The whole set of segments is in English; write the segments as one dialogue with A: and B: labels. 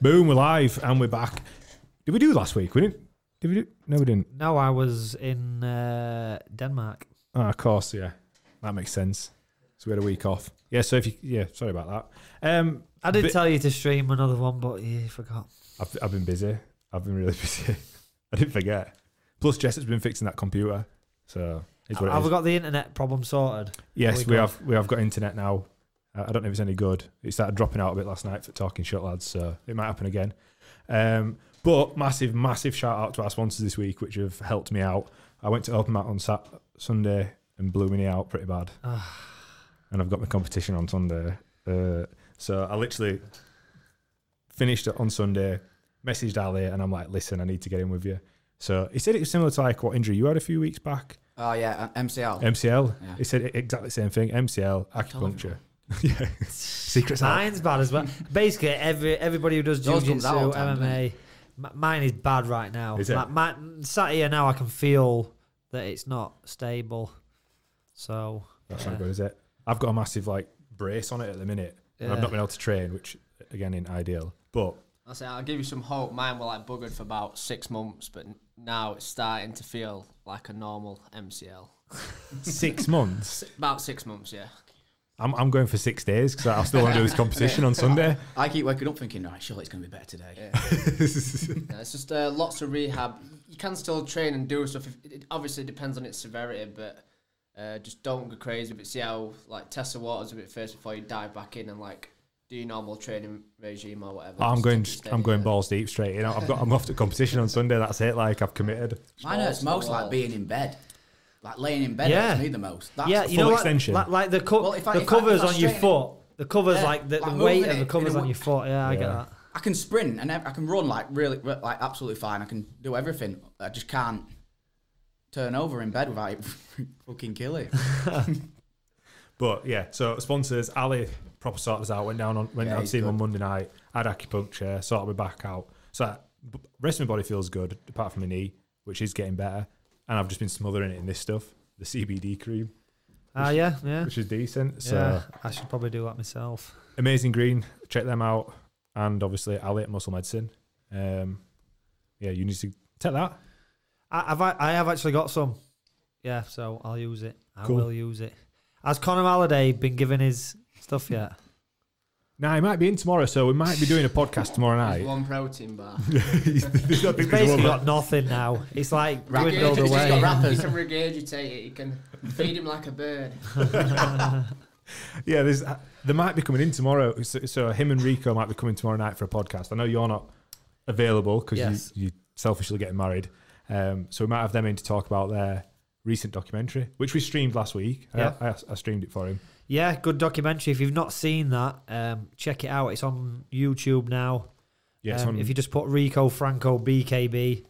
A: Boom, we're live and we're back. Did we do last week? We didn't. Did we do? No, we didn't.
B: No, I was in uh, Denmark.
A: Ah, of course, yeah. That makes sense. So we had a week off. Yeah, so if you, yeah, sorry about that. Um,
B: I did
A: Bit-
B: tell you to stream another one, but you forgot.
A: I've, I've been busy. I've been really busy. I didn't forget. Plus, Jess has been fixing that computer. So it's what it
B: Have
A: is.
B: we got the internet problem sorted?
A: yes,
B: we
A: we
B: got-
A: have we have got internet now. Uh, I don't know if it's any good. It started dropping out a bit last night for talking shit, lads. So it might happen again. Um, but massive, massive shout out to our sponsors this week, which have helped me out. I went to open mat on sat- Sunday and blew my knee out pretty bad.
B: Ah,
A: and I've got my competition on Sunday. Uh, so I literally finished it on Sunday, messaged Ali, and I'm like, listen, I need to get in with you. So he said it was similar to like what injury you had a few weeks back.
C: Oh yeah, uh, MCL.
A: MCL.
C: Yeah.
A: He said exactly the same thing. MCL, acupuncture. yeah. Secrets out.
B: Mine's bad as well. Basically, every everybody who does
C: Yours comes
B: jiu-jitsu,
C: out all the time,
B: MMA, m- mine is bad right now.
A: Is it?
B: My, my, sat here now, I can feel that it's not stable. So
A: That's
B: yeah.
A: not good, is it? I've got a massive like brace on it at the minute. And I've
B: Yeah.
A: not been able to train, which again isn't ideal. But
D: I say I'll give you some hope. Mine were like buggered for about six months, but n- now it's starting to feel like a normal MCL.
A: six months.
D: About six months, yeah.
A: I'm, I'm going for six days because I still want to do this competition on Sunday.
C: I keep waking up thinking, right, surely it's going to be better today.
D: Yeah, it's just uh, lots of rehab. You can still train and do stuff. If, it obviously depends on its severity, but uh, just don't go crazy. But see how like test the waters a bit first before you dive back in and like do your normal training regime or whatever.
A: I'm
D: Just
A: going.
D: take it steady,
A: I'm going
D: yeah.
A: balls deep straight. You know, I've got. I'm off to competition on Sunday. That's it. Like I've committed.
C: Mine hurts
D: Balls to
C: most
D: the
C: like
D: wall.
C: being in bed, like laying in bed
B: Yeah.
C: hurts me the most. That's
B: yeah,
C: the
B: you
A: full
B: know
A: extension.
B: What? Like, like the, co-
C: Well, if I-
B: the
C: if I- if
B: covers
C: I
B: on your
C: straight-
B: foot. The covers,
C: Yeah,
B: like the,
C: like
B: the weight
C: moving
B: of the
C: it
B: covers
C: in a
B: on
C: wa-
B: your foot. Yeah, I get
A: Yeah.
B: that.
C: I can sprint and ev- I can run like really, re- like absolutely fine. I can do everything. I just can't turn over in bed without it fucking killing.
A: But yeah, so sponsors, Ali proper sorted us out. Went down on went
C: Yeah,
A: down to
C: he's
A: see him on
C: good.
A: Monday night. Had acupuncture, sorted my back out. So that, b- rest of my body feels good, apart from my knee, which is getting better. And I've just been smothering it in this stuff, the CBD cream,
B: Ah, yeah, yeah.
A: which is decent. So
B: yeah, I should probably do that myself.
A: amazing green, check them out. And obviously Ali at Muscle Medicine. Um, yeah, you need to take that.
B: I, I've, I have actually got some. Yeah, so I'll use it. I
A: Cool.
B: will use it. Has Conor Halliday been given his stuff yet?
A: Now he might be in tomorrow, so we might be doing a podcast tomorrow
D: Just
A: night.
D: One protein bar.
B: He's basically got nothing now. It's like
C: Racket.
B: dwindled
C: He's just
B: away.
C: got
D: You can regurgitate it. You can feed him like a bird.
A: Yeah, there's, uh, they might be coming in tomorrow. So, so him and Rico might be coming tomorrow night for a podcast. I know you're not available because
B: Yes.
A: you, you selfishly getting married. Um, so we might have them in to talk about their recent documentary, which we streamed last week. I-
B: Yeah.
A: I, I streamed it for him.
B: Yeah, good documentary. If you've not seen that, um, check it out. It's on YouTube now.
A: Yeah, it's
B: Um,
A: on,
B: If you just put Rico Franco BKB,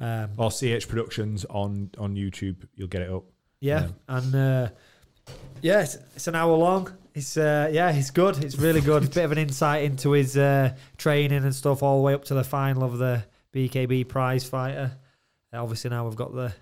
B: um,
A: or CH Productions on on YouTube, you'll get it up.
B: Oh. Yeah, and uh, yeah, it's, it's an hour long. It's uh, yeah, it's good. It's really good. Bit of an insight into his uh, training and stuff, all the way up to the final of the BKB prize fighter. And obviously, now we've got the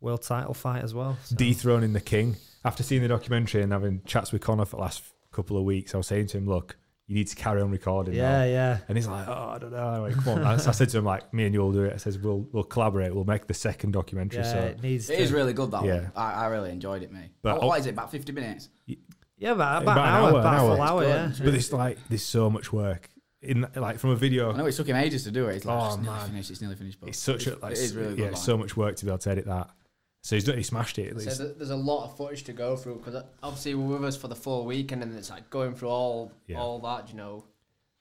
B: world title fight as well. so-
A: Dethroning the King. After seeing the documentary and having chats with Connor for the last couple of weeks, I was saying to him, "Look, you need to carry on recording." now."
B: yeah, yeah.
A: And he's like, oh, I don't know. I went, Come on. I, I said to him, like, me and you will do it. I says, we'll we'll collaborate. We'll make the second documentary.
B: Yeah,
A: so
B: it needs
C: It
B: to-
C: is really good that
A: Yeah.
C: one. I, I really enjoyed it, mate.
A: But oh
C: But
A: I'll-
C: what is it? About fifty minutes.
B: yeah, about,
A: About
B: about,
A: an
B: an
A: hour,
B: hour,
A: an
B: about a
A: hour.
B: full hour,
C: It's
B: yeah.
A: but it's like there's so much work in like from a video.
C: I know it took him ages to do it. It's like,
A: Oh,
C: oh, it's nearly
A: man.
C: finished. It's nearly finished. But
A: It's such a like
C: it is really
A: yeah,
C: good.
A: so much work to be able to edit that. So he's done, he smashed it at
D: So
A: least.
D: th- there's a lot of footage to go through because obviously we're with us for the full weekend and it's like going through all
A: Yeah.
D: all that you know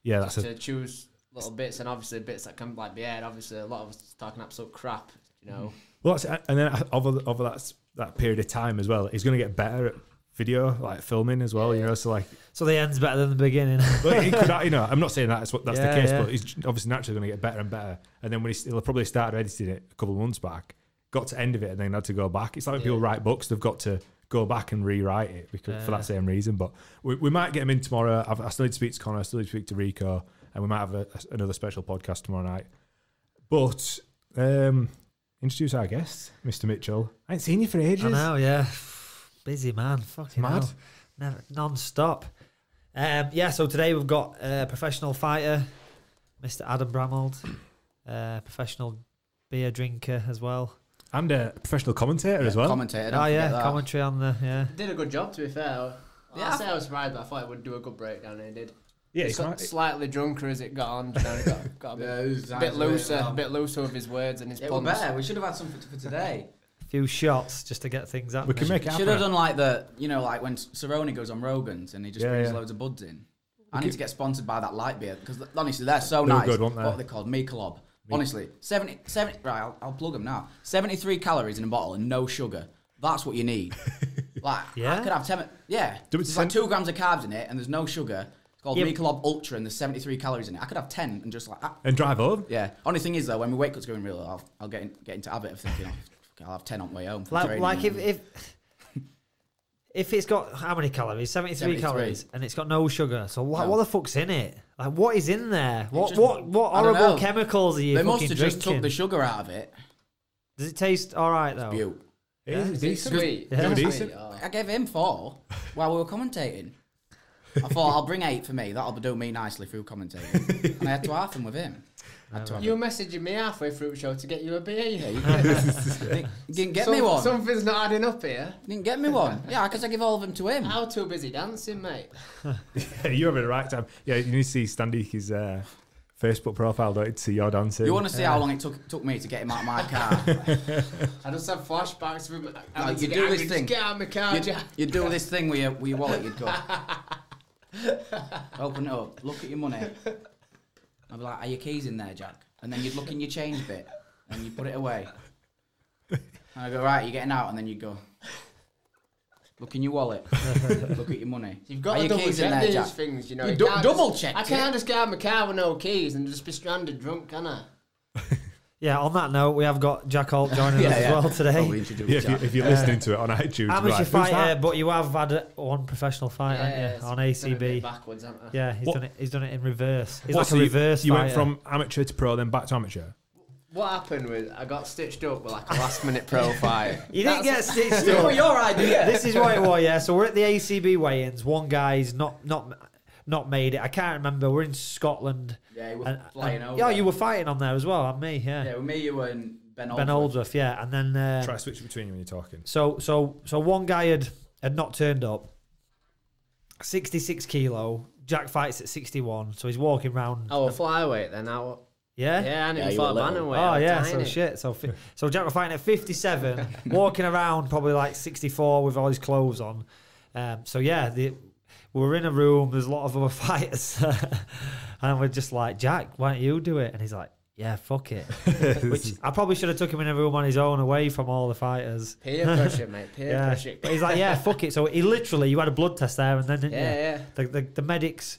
A: yeah, that's a,
D: to choose little bits and obviously bits that can like be aired. Obviously a lot of us talking absolute crap, you know.
A: well. That's, and then over over that s- that period of time as well, he's going to get better at video like filming as well. You know, so like,
B: so the end's better than the beginning.
A: but it could, you know, I'm not saying that's what that's
B: Yeah,
A: the case,
B: yeah.
A: but he's obviously naturally going to get better and better. And then when he's, he'll probably started editing it a couple of months back, got to end of it, and then had to go back. It's like when people
D: Yeah.
A: write books, they've got to go back and rewrite it because, for that same reason. But we, we might get him in tomorrow. I've, I still need to speak to Connor. I still need to speak to Rico, and we might have a, another special podcast tomorrow night. But um, introduce our guest, Mr. Mitchell. I ain't seen you for ages.
B: I know, yeah. Busy man, fucking
A: mad.
B: hell. Never non-stop. Um, yeah, so today we've got a professional uh, fighter, Mr. Adam Bramold, uh, professional beer drinker as well.
A: And a professional commentator as well.
C: Commentator.
B: oh yeah,
C: Comment-
B: commentary on the yeah.
E: Did a good job, to be fair.
C: Yeah.
E: I say I was surprised, but I thought it would do a good breakdown, and it did.
A: yeah,
E: It's
A: it's
E: got
A: not-
E: slightly drunker as it got on. You know, it got, got a bit, bit looser, a bit looser with his words and his
C: It were
E: puns.
C: better. We should have had something for today.
B: A few shots just to get things up.
A: we can make it
C: Should have
A: happen.
C: done like the, you know, like when Cerrone goes on Rogan's and he just
A: Yeah,
C: brings
A: yeah.
C: loads of buds in. I need to get sponsored by that light beer because honestly, they're so
A: They were
C: nice.
A: good, weren't they?
C: What are they called? Me Club. Honestly, 70, 70 right, I'll, I'll plug them now. 73 calories in a bottle and no sugar. That's what you need. like, I
B: Yeah?
C: could have 10, yeah.
A: Do it
C: There's like
A: sen-
C: two grams of carbs in it and there's no sugar. It's called
B: Yeah.
C: Me Club Ultra and there's 73 calories in it. I could have 10 and just like, ah,
A: And drive home.
C: yeah. Only thing is though, when my weight cut's going real, I'll, I'll get, in, get into habit of thinking, oh, fuck, I'll have 10 on the way home. from
B: Like,
C: training
B: like if,
C: and-
B: if if it's got how many calories? Seventy three
C: 73.
B: calories, and it's got no sugar. So what,
C: No.
B: what the fuck's in it? Like what is in there? What
C: just-
B: what what
C: I don't
B: horrible
C: know.
B: chemicals are you
C: They must
B: fucking
C: have
B: drinking?
C: just took the sugar out of it.
B: Does it taste all right though?
C: You.
A: It is
E: Is it
A: decent.
E: sweet?
B: Yeah.
E: Is it
A: Decent.
E: sweet? Oh.
C: I gave him four while we were commentating. I thought I'll bring eight for me. That'll do me nicely through commentating. and I had to half him with him. I had to half
E: You
C: him.
E: were messaging me halfway through the show to get you a beer. You
C: Yeah,
E: know.
C: you didn't, you didn't get me
E: Some-
C: one.
E: Something's not adding up here.
C: You didn't get me one. Yeah, because I give all of them to him.
E: How too busy dancing, mate.
A: You're having a right time. Yeah, you need to see Standeek's uh, Facebook profile, don't you, to see your dancing.
C: You want to see how long it took took me to get him out of my car?
E: I just have flashbacks of him. having to
C: you
E: get
C: do
E: angry,
C: this
E: just
C: thing.
E: Get out of my car,
C: you'd,
E: Jack.
C: you'd do this thing with your, with your wallet, you'd go. Open it up, look at your money. I'd be like, Are your keys in there, Jack? And then you'd look in your change bit and you put it away. And I go, Right, you're getting out. And then you'd go, Look in your wallet, look at your money.
E: You've got
C: Are
E: to
C: your
E: double
C: keys
E: check
C: in there,
E: these
C: Jack?
E: things, you know.
C: You
E: You
C: du-
E: can't
C: double
E: just-
C: checked
E: I can't
C: it.
E: just get out of my car with no keys and just be stranded drunk, can I?
B: Yeah. On that note, we have got Jack Holt joining us as well today.
C: Oh, we introduced
A: yeah, if, you,
C: Jack.
A: if you're listening to it on iTunes,
B: Amateur
A: right, who's
B: fighter,
A: that?
B: but you have had uh, one professional fight, haven't
E: it's
B: you? On
E: been a bit
B: ACB.
E: backwards, haven't I?
B: Yeah, he's
A: What-
B: done it. He's done it in reverse. He's
A: What,
B: like
A: so
B: a
A: you-
B: reverse.
A: You, went
B: fighter.
A: from amateur to pro, then back to amateur.
E: What happened was I got stitched up with like a last minute profile.
B: You didn't get stitched
C: It
A: Oh,
B: up.
C: was your idea.
B: this is what it was. Yeah. So we're at the ACB weigh-ins. One guy's not not not made it. I can't remember. We're in Scotland.
C: Yeah, you were
B: And,
C: flying
B: and-
C: over.
B: yeah, you were fighting on there as well. And me, yeah.
C: Yeah, with me, you and Ben
B: ben
C: Oldford.
B: Aldworth, yeah. And then uh,
A: Try to switch between you when you're talking.
B: So so so one guy had had not turned up. Sixty six kilo. Jack fights at sixty one, so he's walking round.
E: Oh, a flyweight then. I,
B: Yeah.
E: yeah, I
C: Yeah,
E: nearly
C: you
E: fought
C: were little.
E: Bantamweight.
B: Oh
E: I was
B: yeah, so
E: tiny.
B: shit. So fi- so Jack were fighting at fifty seven, walking around probably like sixty four with all his clothes on. Um, so yeah, the, we were in a room. There's a lot of other fighters, and we're just like Jack, why don't you do it? And he's like, Yeah, fuck it. Which I probably should have took him in a room on his own, away from all the fighters.
E: Peer pressure, mate. Peer
B: Yeah.
E: pressure.
B: But he's like, yeah, fuck it. So he literally, you had a blood test there, and then didn't
E: Yeah,
B: you?
E: yeah.
B: The, the, the medics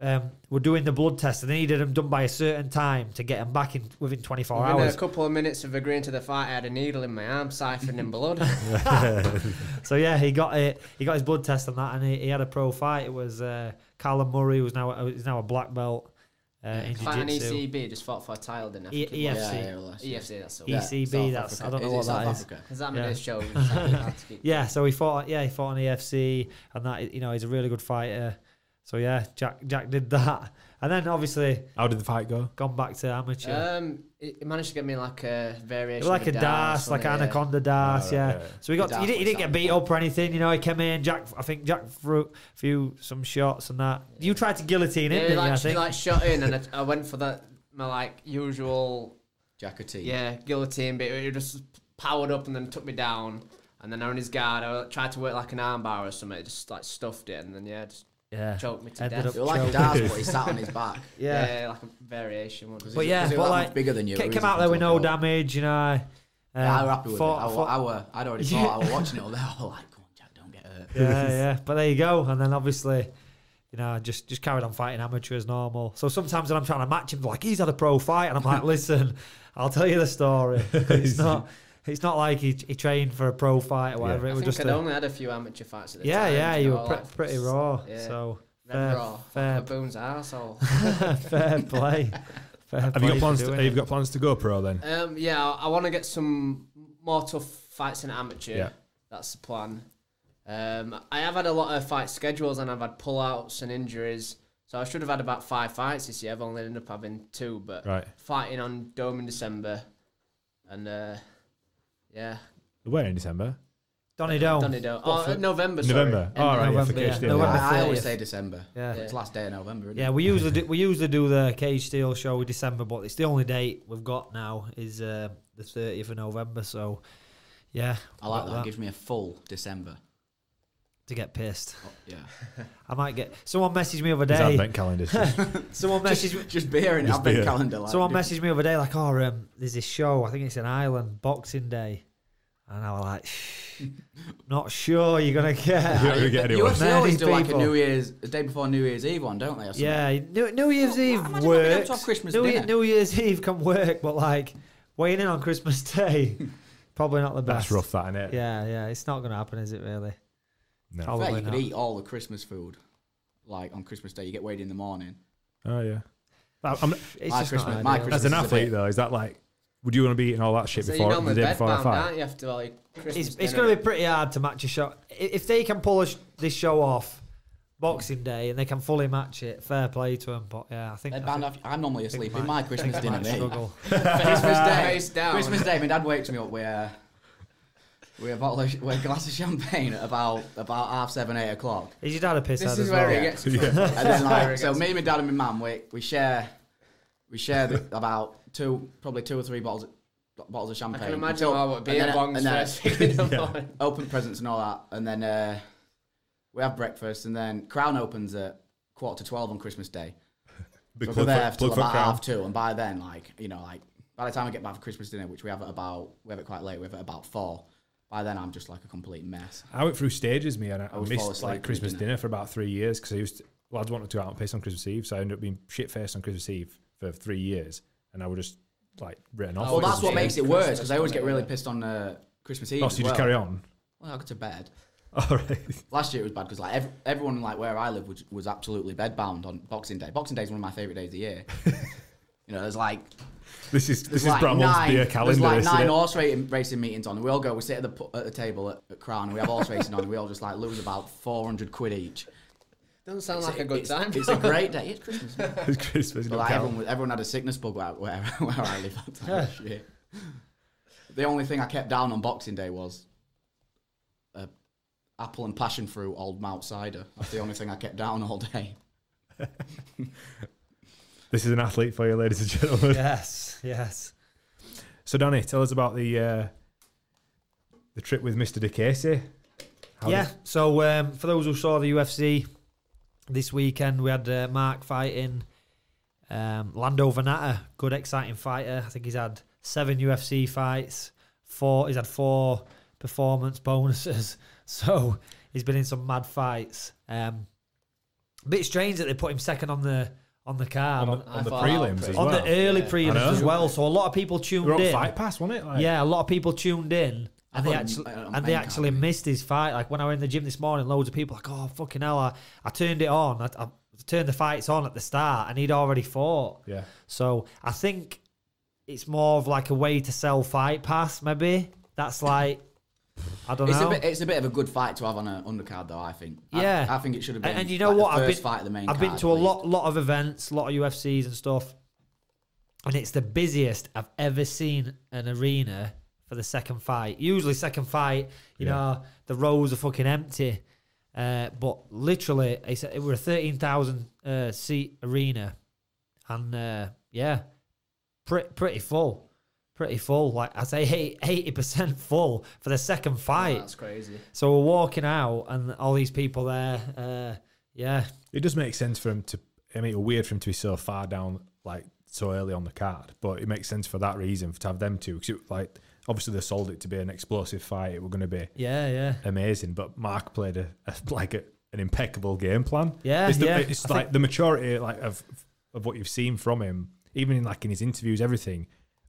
B: um, were doing the blood test, and they needed them done by a certain time to get them back in within 24
E: Within
B: hours.
E: a couple of minutes of agreeing to the fight, I had a needle in my arm, siphoning blood.
B: So yeah, he got it. He got his blood test and that, and he, he had a pro fight. It was uh, Callum Murray, who's now who's now a black belt uh, in
E: Fight an E
B: jiu-jitsu.
E: ECB, just fought for a title, didn't I?
B: E-
E: think it was.
B: EFC.
C: Yeah, yeah, yeah.
E: EFC, E that's all.
B: Yeah. ECB,
C: South
B: that's- I
C: Africa.
B: don't know
C: Is it
B: what that
C: South
B: is.
C: Africa?
E: Because that
B: Yeah.
E: made show. was hard to keep-
B: Yeah, so he fought. Yeah, he fought on EFC, and that you know he's a really good fighter. So yeah, Jack Jack did that, and then obviously
A: How did the fight go?
B: gone back to amateur.
E: Um, it it managed to get me like a
B: It
E: variation.
B: was like
E: of
B: a das, like
E: wasn't it?
B: anaconda das,
A: Oh,
B: yeah.
A: right, yeah.
B: So he got
C: The
B: he,
C: das
B: didn't, he
C: was
B: didn't get
C: that
B: beat up or anything, you know. He came in, Jack. I think Jack threw a few some shots and that. You tried to guillotine him,
E: Yeah,
B: didn't
E: like,
B: you? I
E: she,
B: think.
E: like shot in, and I, I went for that my like usual
C: Jackety.
E: yeah guillotine bit. It just powered up and then took me down, and then on his guard, I tried to work like an armbar or something. It just like stuffed it, and then yeah, just
B: yeah.
E: choked me to
B: Ended
E: death.
B: up-
C: It was like a
B: Joe.
C: dart, but he sat on his back.
B: Yeah.
E: yeah, like a variation one.
B: But yeah,
C: Because they were
B: but
C: that
B: like,
C: much bigger than you.
B: ca-
C: it
B: came
C: was
B: out there with no
C: difficult.
B: damage, you know. Um,
C: Yeah, I was happy with
B: fought-
C: it. I, wa-
B: fought-
C: I, were, I'd already
B: Yeah.
C: thought I was watching it all day. I was like, come on, Jack, don't get hurt.
B: yeah, yeah. But there you go. And then obviously, you know, just just carried on fighting amateur as normal. So sometimes when I'm trying to match him, like he's had a pro fight, and I'm like, listen, I'll tell you the story. It's not. It's not like he, he trained for a pro fight or whatever.
E: I
B: It
E: think
B: was just
E: I'd
B: a,
E: only had a few amateur fights at the
B: Yeah,
E: time.
B: yeah,
E: you
B: you
E: know,
B: were pre-
E: like,
B: pretty raw.
E: yeah.
B: So
E: Red
B: fair,
E: raw,
B: fair,
E: a boon's arsehole.
B: fair play. Fair
A: Have you got plans? To, have you got plans to go pro then?
E: Um, yeah, I, I want to get some more tough fights in amateur.
A: Yeah.
E: That's the plan. Um, I have had a lot of fight schedules and I've had pullouts and injuries. So
D: So I should have had about five fights this year. I've only ended up having two, but
A: Right.
D: fighting on Dome in December, and uh, yeah,
A: Where in December?
B: Donny Dome.
D: Donny Dome. Oh, uh, November. Sorry.
A: November.
D: End
A: All
D: of
A: right, yeah, for
B: November, yeah.
A: Cage Steel,
B: No,
A: yeah.
B: November
C: I, I always
B: 30th.
C: say December.
B: Yeah.
C: It's last day of November. Isn't
B: Yeah, we usually do, we usually do the Cage Steel show in December, but it's the only date we've got now is uh, the 30th of November. So, yeah,
C: it? I like
B: about
C: that. It gives me a full December.
B: to get pissed.
C: Oh, yeah.
B: I might get someone messaged me the other
A: His
B: day.
A: advent calendar.
B: Someone messaged me.
C: just, just beer in
A: Just
C: advent
A: beer.
C: calendar. Like,
B: Someone messaged me the other day like, "Oh, um, there's this show. I think it's in Ireland, Boxing Day," and I was like, Shh, "Not sure you're gonna get."
A: You're not gonna get anyone.
C: UFC
B: Man,
C: always
B: these
C: do like a
B: people.
C: New Year's, the day before New Year's Eve one, don't they? Or something?
B: Yeah, New, New Year's
C: Well,
B: Eve
C: imagine not being able to have
B: works.
C: Christmas
B: New, Ye-
C: dinner.
B: New Year's Eve can work, but like weighing in on Christmas Day, probably not the best.
A: That's rough, that, isn't it?
B: Yeah, yeah, it's not going to happen, is it really?
A: No.
C: I bet
B: Probably
C: you could
B: not.
C: eat all the Christmas food, like on Christmas Day. You get weighed in the morning.
A: Oh, yeah. That- I'm-
B: It's
C: My
B: just
C: Christmas-
B: not
C: my
B: ideal.
C: Christmas-
A: as an
C: is a
A: athlete,
C: bit-
A: though, is that like, would you want to be eating all that shit
D: So
A: before
D: you're normally
A: the day before I
D: bedbound,
A: fight?
D: aren't you? After like Christmas
B: It's, it's
D: dinner?
B: going to be pretty hard to match a show. I- If they can pull a sh- this show off Boxing Day and they can fully match it, fair play to them. But yeah, I think, I
C: They'd
B: think-
C: band off- I'm normally asleep
B: might-
C: in my
B: I think
C: Christmas
B: they
C: dinner.
B: might
C: mate.
B: struggle.
C: Christmas Day.
D: Face down.
C: Christmas Day. My dad wakes me up with a with a bottle of with a glass of champagne at about about half seven, eight o'clock.
B: Is your dad a pisshead
D: This
B: as
D: is where
B: well?
D: it gets.
A: Yeah.
C: And then
D: Very
C: like, so
D: good.
C: me, my dad, and my mum, we we share we share the, about two, probably two or three bottles of, bottles of
D: I
C: champagne.
D: can imagine
C: Until-
D: how what
C: and
D: beer
C: then-
D: bongs
C: and then-
D: first thing in the morning.
C: open presents and all that, and then uh, we have breakfast, and then Crown opens at quarter to twelve on Christmas Day.
A: Big
C: So
A: plug
C: we're there
A: for-
C: till
A: plug for
C: about
A: Crown.
C: half two, and by then, like you know, like by the time I get back for Christmas dinner, which we have at about we have it quite late, we have it about four. By then, I'm just like a complete mess.
A: I went through stages, me, and I, I
C: would fall
A: missed
C: asleep
A: like
C: at
A: Christmas
C: dinner.
A: dinner for about three years because I used to, lads wanted to go out and piss on Christmas Eve, so I ended up being shit faced on Christmas Eve for three years, and I would just like written off.
D: Oh,
C: Well, that's
A: Christmas
C: what
A: Eve.
C: makes it worse because I always
D: Christmas,
C: get really
D: yeah.
C: pissed on uh, Christmas Eve.
A: Oh, so
C: as
A: you
C: well.
A: just carry on.
C: Well, I go to bed.
A: All right.
C: Last year it was bad because like ev- everyone like where I live was, was absolutely bedbound on Boxing Day. Boxing Day is one of my favorite days of the year. you know, there's like
A: This is
C: There's
A: this is
C: like
A: Bramwell's
C: nine,
A: beer calendar.
C: There's like
A: isn't
C: nine
A: it?
C: horse racing, racing meetings on. We all go. We sit at the pu- at the table at, at Crown. and We have horse racing on. And we all just like lose about four hundred quid each.
D: Doesn't sound like a good
C: it's,
D: time.
C: It's a great day. It's Christmas. But
A: It's Christmas.
C: like
A: count.
C: everyone, was- everyone had a sickness bug where where, where I live. That time last year. The only thing I kept down on Boxing Day was uh, apple and passion fruit old Mount cider. That's the only thing I kept down all day.
A: This is an athlete for you, ladies and gentlemen.
B: Yes, yes.
A: So, Danny, tell us about the uh, the trip with Mister De Casey. How
B: yeah.
A: did-
B: So um, for those who saw the UFC this weekend, we had uh, Mark fighting um, Lando Venata. Good, exciting fighter. I think he's had seven UFC fights. Four. He's had four performance bonuses. So he's been in some mad fights. Um, bit strange that they put him second on the on the card
A: on
B: on,
A: the,
D: I
A: on the
D: thought-
A: prelims as
B: on the
A: well. I
B: early
D: yeah.
A: know.
B: prelims as well. So a lot of people tuned
A: we were on
B: in.
A: Fight Pass, wasn't it? Like,
B: Yeah, a lot of people tuned in
C: I
B: and they
C: thought it
B: actually
C: was, uh, on
B: and they
C: main
B: actually
C: card.
B: missed his fight. Like when I was in the gym this morning, loads of people like, "Oh fucking hell!" I, I turned it on. I, I turned the fights on at the start, and he'd already fought.
A: Yeah.
B: So I think it's more of like a way to sell fight pass. Maybe that's like I don't
C: It's
B: know.
C: a bit. It's a bit of a good fight to have on an undercard, though. I think. I-
B: Yeah.
C: I, think it should have been.
B: and, and you know
C: like, the
B: what? I've been
C: first fight of the main.
B: I've been
C: card,
B: to a
C: at
B: lot lot of events, a lot of UFCs and stuff, and it's the busiest I've ever seen an arena for the second fight. Usually, second fight, you
A: Yeah.
B: know, the rows are fucking empty. Uh, but literally, it's a, it were a thirteen thousand uh, seat arena, and uh, yeah, pretty pretty full, pretty full. Like I say, eighty percent full for the second fight.
D: That's crazy.
B: so we're walking out, and all these people there. Uh, yeah,
A: It does make sense for him to. I mean, it was weird for him to be so far down, like so early on the card. But it makes sense for that reason to have them two, because like obviously they sold it to be an explosive fight. It were going to be
B: yeah, yeah.
A: amazing, but Mark played a, a like a, an impeccable game plan.
B: Yeah,
A: it's, the,
B: yeah,
A: it's
B: I
A: like the maturity like of of what you've seen from him, even in like in his interviews, everything.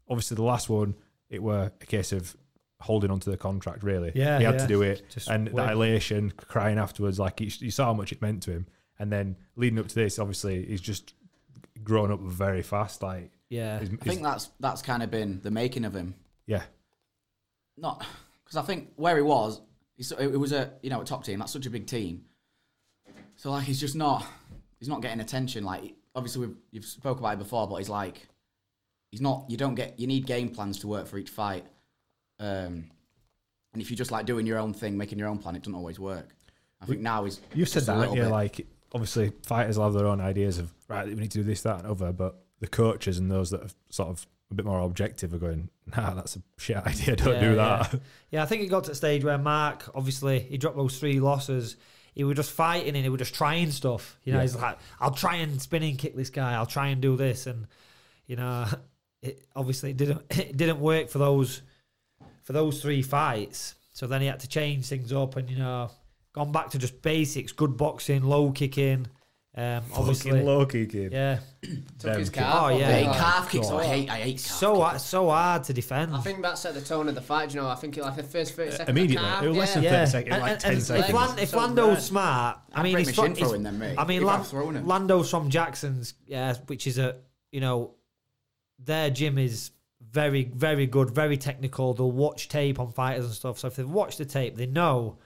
A: Obviously, the last one it were a case of holding onto the contract. Really,
B: Yeah,
A: he had
B: yeah.
A: to do it,
B: Just
A: and
B: wait.
A: that elation, crying afterwards, like you, you saw how much it meant to him. And then leading up to this, obviously, he's just grown up very fast. Like,
B: Yeah.
A: he's-
C: least. I think that's that's kind of been the making of him.
A: yeah,
C: Not because I think where he was, he's, it was a you know a top team. That's such a big team. So like he's just not. he's he's not getting attention. Like obviously we've you've spoke about it before, but he's like he's not. You don't get. You need game plans to work for each fight. Um, and if you're just like doing your own thing, making your own plan, it doesn't always work. I think now is
A: You've said
C: just a
A: that,
C: little
A: yeah.
C: bit.
A: Like, obviously, fighters will have their own ideas of right. We need to do this, that, and other. But the coaches and those that are sort of a bit more objective are going, nah, that's a shit idea. Don't
B: Yeah,
A: do that.
B: Yeah, I think it got to the stage where Mark, obviously, he dropped those three losses. He was just fighting and he was just trying stuff. You know,
A: Yeah.
B: he's like, I'll try and spinning kick this guy. I'll try and do this, and you know, it obviously it didn't it didn't work for those for those three fights. So then he had to change things up, and you know, gone back to just basics, good boxing, low kicking. Um, obviously,
A: Fucking low kicking.
B: yeah,
D: Took his
A: Them
D: calf.
B: Oh,
D: off
B: yeah.
D: him,
C: Hey,
D: like-
C: calf kicks.
A: God.
C: I hate. I hate. Calf
B: so hard, so hard to defend.
D: I think that set the tone of the fight. You know, I think it, like the first thirty seconds.
A: Immediately.
D: Calf,
A: It was less than
D: yeah.
A: 30 seconds, like 10
B: If,
A: seconds.
B: Lan- if
D: So
B: Lando's
D: bad.
B: smart, I mean, he's,
C: break my
B: fro-
C: shin
B: he's
C: throwing them, mate.
B: I mean,
C: If
B: Lan-
C: I'm throwing 'em.
B: Lando's from Jackson's, yeah, which is a you know, their gym is very, very good, very technical. They'll watch tape on fighters and stuff. So if they've watched the tape, they know.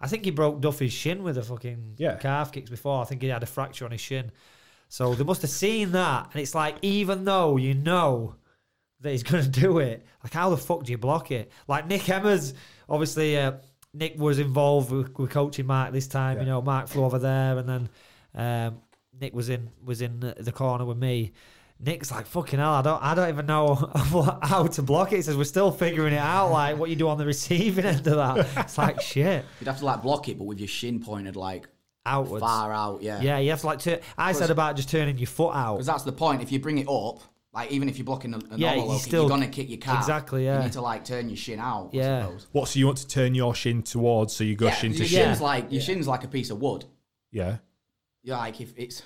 B: I think he broke Duffy's shin with a fucking
A: Yeah.
B: calf kicks before. I think he had a fracture on his shin. So they must have seen that, and it's like even though you know that he's going to do it. Like, how the fuck do you block it? Like, Nick Emma's obviously, uh, Nick was involved with, with coaching Mark this time. You
A: Yeah.
B: know, Mark flew over there, and then um, Nick was in was in the- the corner with me. Nick's like fucking hell. I don't I don't even know what, how to block it. He says we're still figuring it out. Like what you do on the receiving end of that. It's like shit
C: You'd have to like block it, but with your shin pointed like
B: outwards.
C: far out. Yeah.
B: Yeah, you have to like. Turn, I said about just turning your foot out.
C: Because that's the point. If you bring it up, like even if you're blocking a, a
B: Yeah,
C: normal
B: you
C: low kick,
B: still-
C: you're gonna kick your calf.
B: Exactly, yeah.
C: You need to like turn your shin out.
B: Yeah.
C: I suppose.
A: What? So you want to turn your shin towards? So you go
C: Yeah,
A: shin to
C: your
A: shin.
C: shin's like your shin's like a piece of wood.
A: Yeah.
C: You're like if it's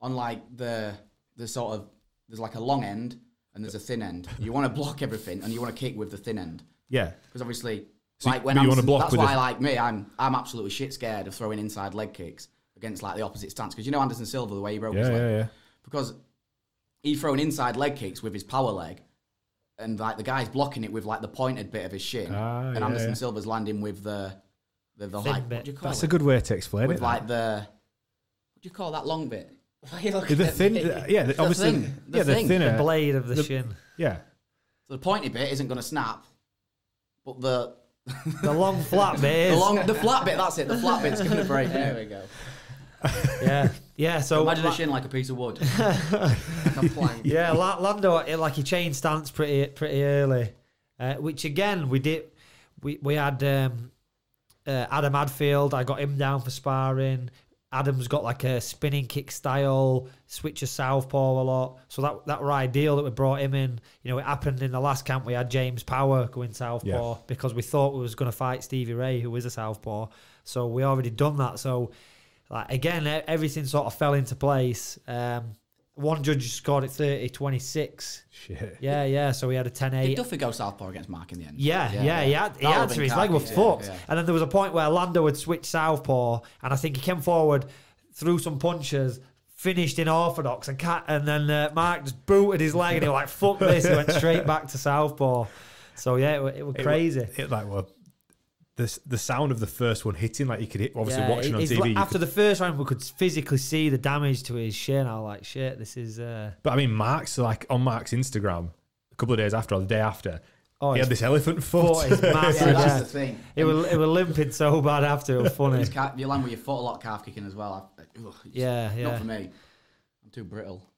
C: on like the the sort of there's like a long end and there's a thin end. You want to block everything and you want to kick with the thin end
A: Yeah.
C: because obviously,
A: So-
C: like when
A: but you
C: I'm,
A: wanna block
C: that's
A: with
C: why
A: the-
C: like me, I'm I'm absolutely shit scared of throwing inside leg kicks against like the opposite stance because you know Anderson Silva the way he broke his
A: Yeah.
C: leg.
A: Yeah. Yeah.
C: because he's throwing inside leg kicks with his power leg, and like the guy's blocking it with like the pointed bit of his shin,
A: Ah,
C: and
A: yeah,
C: Anderson
A: yeah.
C: Silva's landing with the the, the
B: Thin
C: like
B: bit.
C: what do you call
A: That's
C: it?
A: a good way to explain
C: with
A: it.
C: like the what do you call that long bit?
D: Why are you looking
A: the
D: at
A: thin.
D: me?
A: Yeah. The, obviously.
C: thing, the
A: yeah. The
C: thing, the
A: thinner.
B: the blade of the,
A: the-
B: shin,
A: yeah.
C: So the pointed bit isn't going to snap, but the
B: the long flat bit.
C: the
B: Is.
C: long the flat bit that's it. The flat bit's going to break.
D: There we go.
B: yeah, yeah. So
C: Imagine a
B: like-
C: shin like a piece of wood.
D: Like a plank.
B: yeah, La- Lando eh, like he changed stance pretty pretty early, uh, which again we did. We we had um, uh, Adam Adfield. I got him down for sparring. Adam's got like a spinning kick style, switch a southpaw a lot. So that that were ideal that we brought him in. You know, it happened in the last camp. We had James Power going southpaw
A: Yeah.
B: because we thought we was going to fight Stevie Ray, who is a southpaw. So we already done that. So like again, e- everything sort of fell into place. Um, one judge scored it 30 26.
A: Shit.
B: Yeah, yeah. So he had a 10
C: Did
B: 8.
C: Duffy go southpaw against Mark in the end?
B: Yeah, yeah, he had, he
C: That
B: had
C: would've
B: to.
C: been
B: His leg
C: cocky,
B: was
C: yeah,
B: fucked.
C: yeah.
B: And then there was a point where Lando had switched southpaw, and I think he came forward, threw some punches, finished in orthodox, and cat, and then uh, Mark just booted his leg, and he was like, "Fuck this!" He went straight back to southpaw. So yeah, it, wa- it was crazy.
A: It, like well, the the sound of the first one hitting, like you could hit. Obviously,
B: Yeah,
A: watching on
B: his-
A: TV. you
B: after
A: could-
B: the first round, we could physically see the damage to his shin. I was like, "Shit, this is." Uh,
A: but I mean, Mark's like on Mark's Instagram a couple of days after, or the day after,
B: oh,
A: he
B: his
A: had this elephant
B: foot
A: foot.
B: is massive.
C: Yeah, that's
B: yeah.
C: the thing.
B: It was it was limping so bad after. It was funny.
C: It's cal- you land with your foot a lot, calf kicking as well. I, ugh, it's
B: Yeah, yeah.
C: Not for me. I'm too brittle.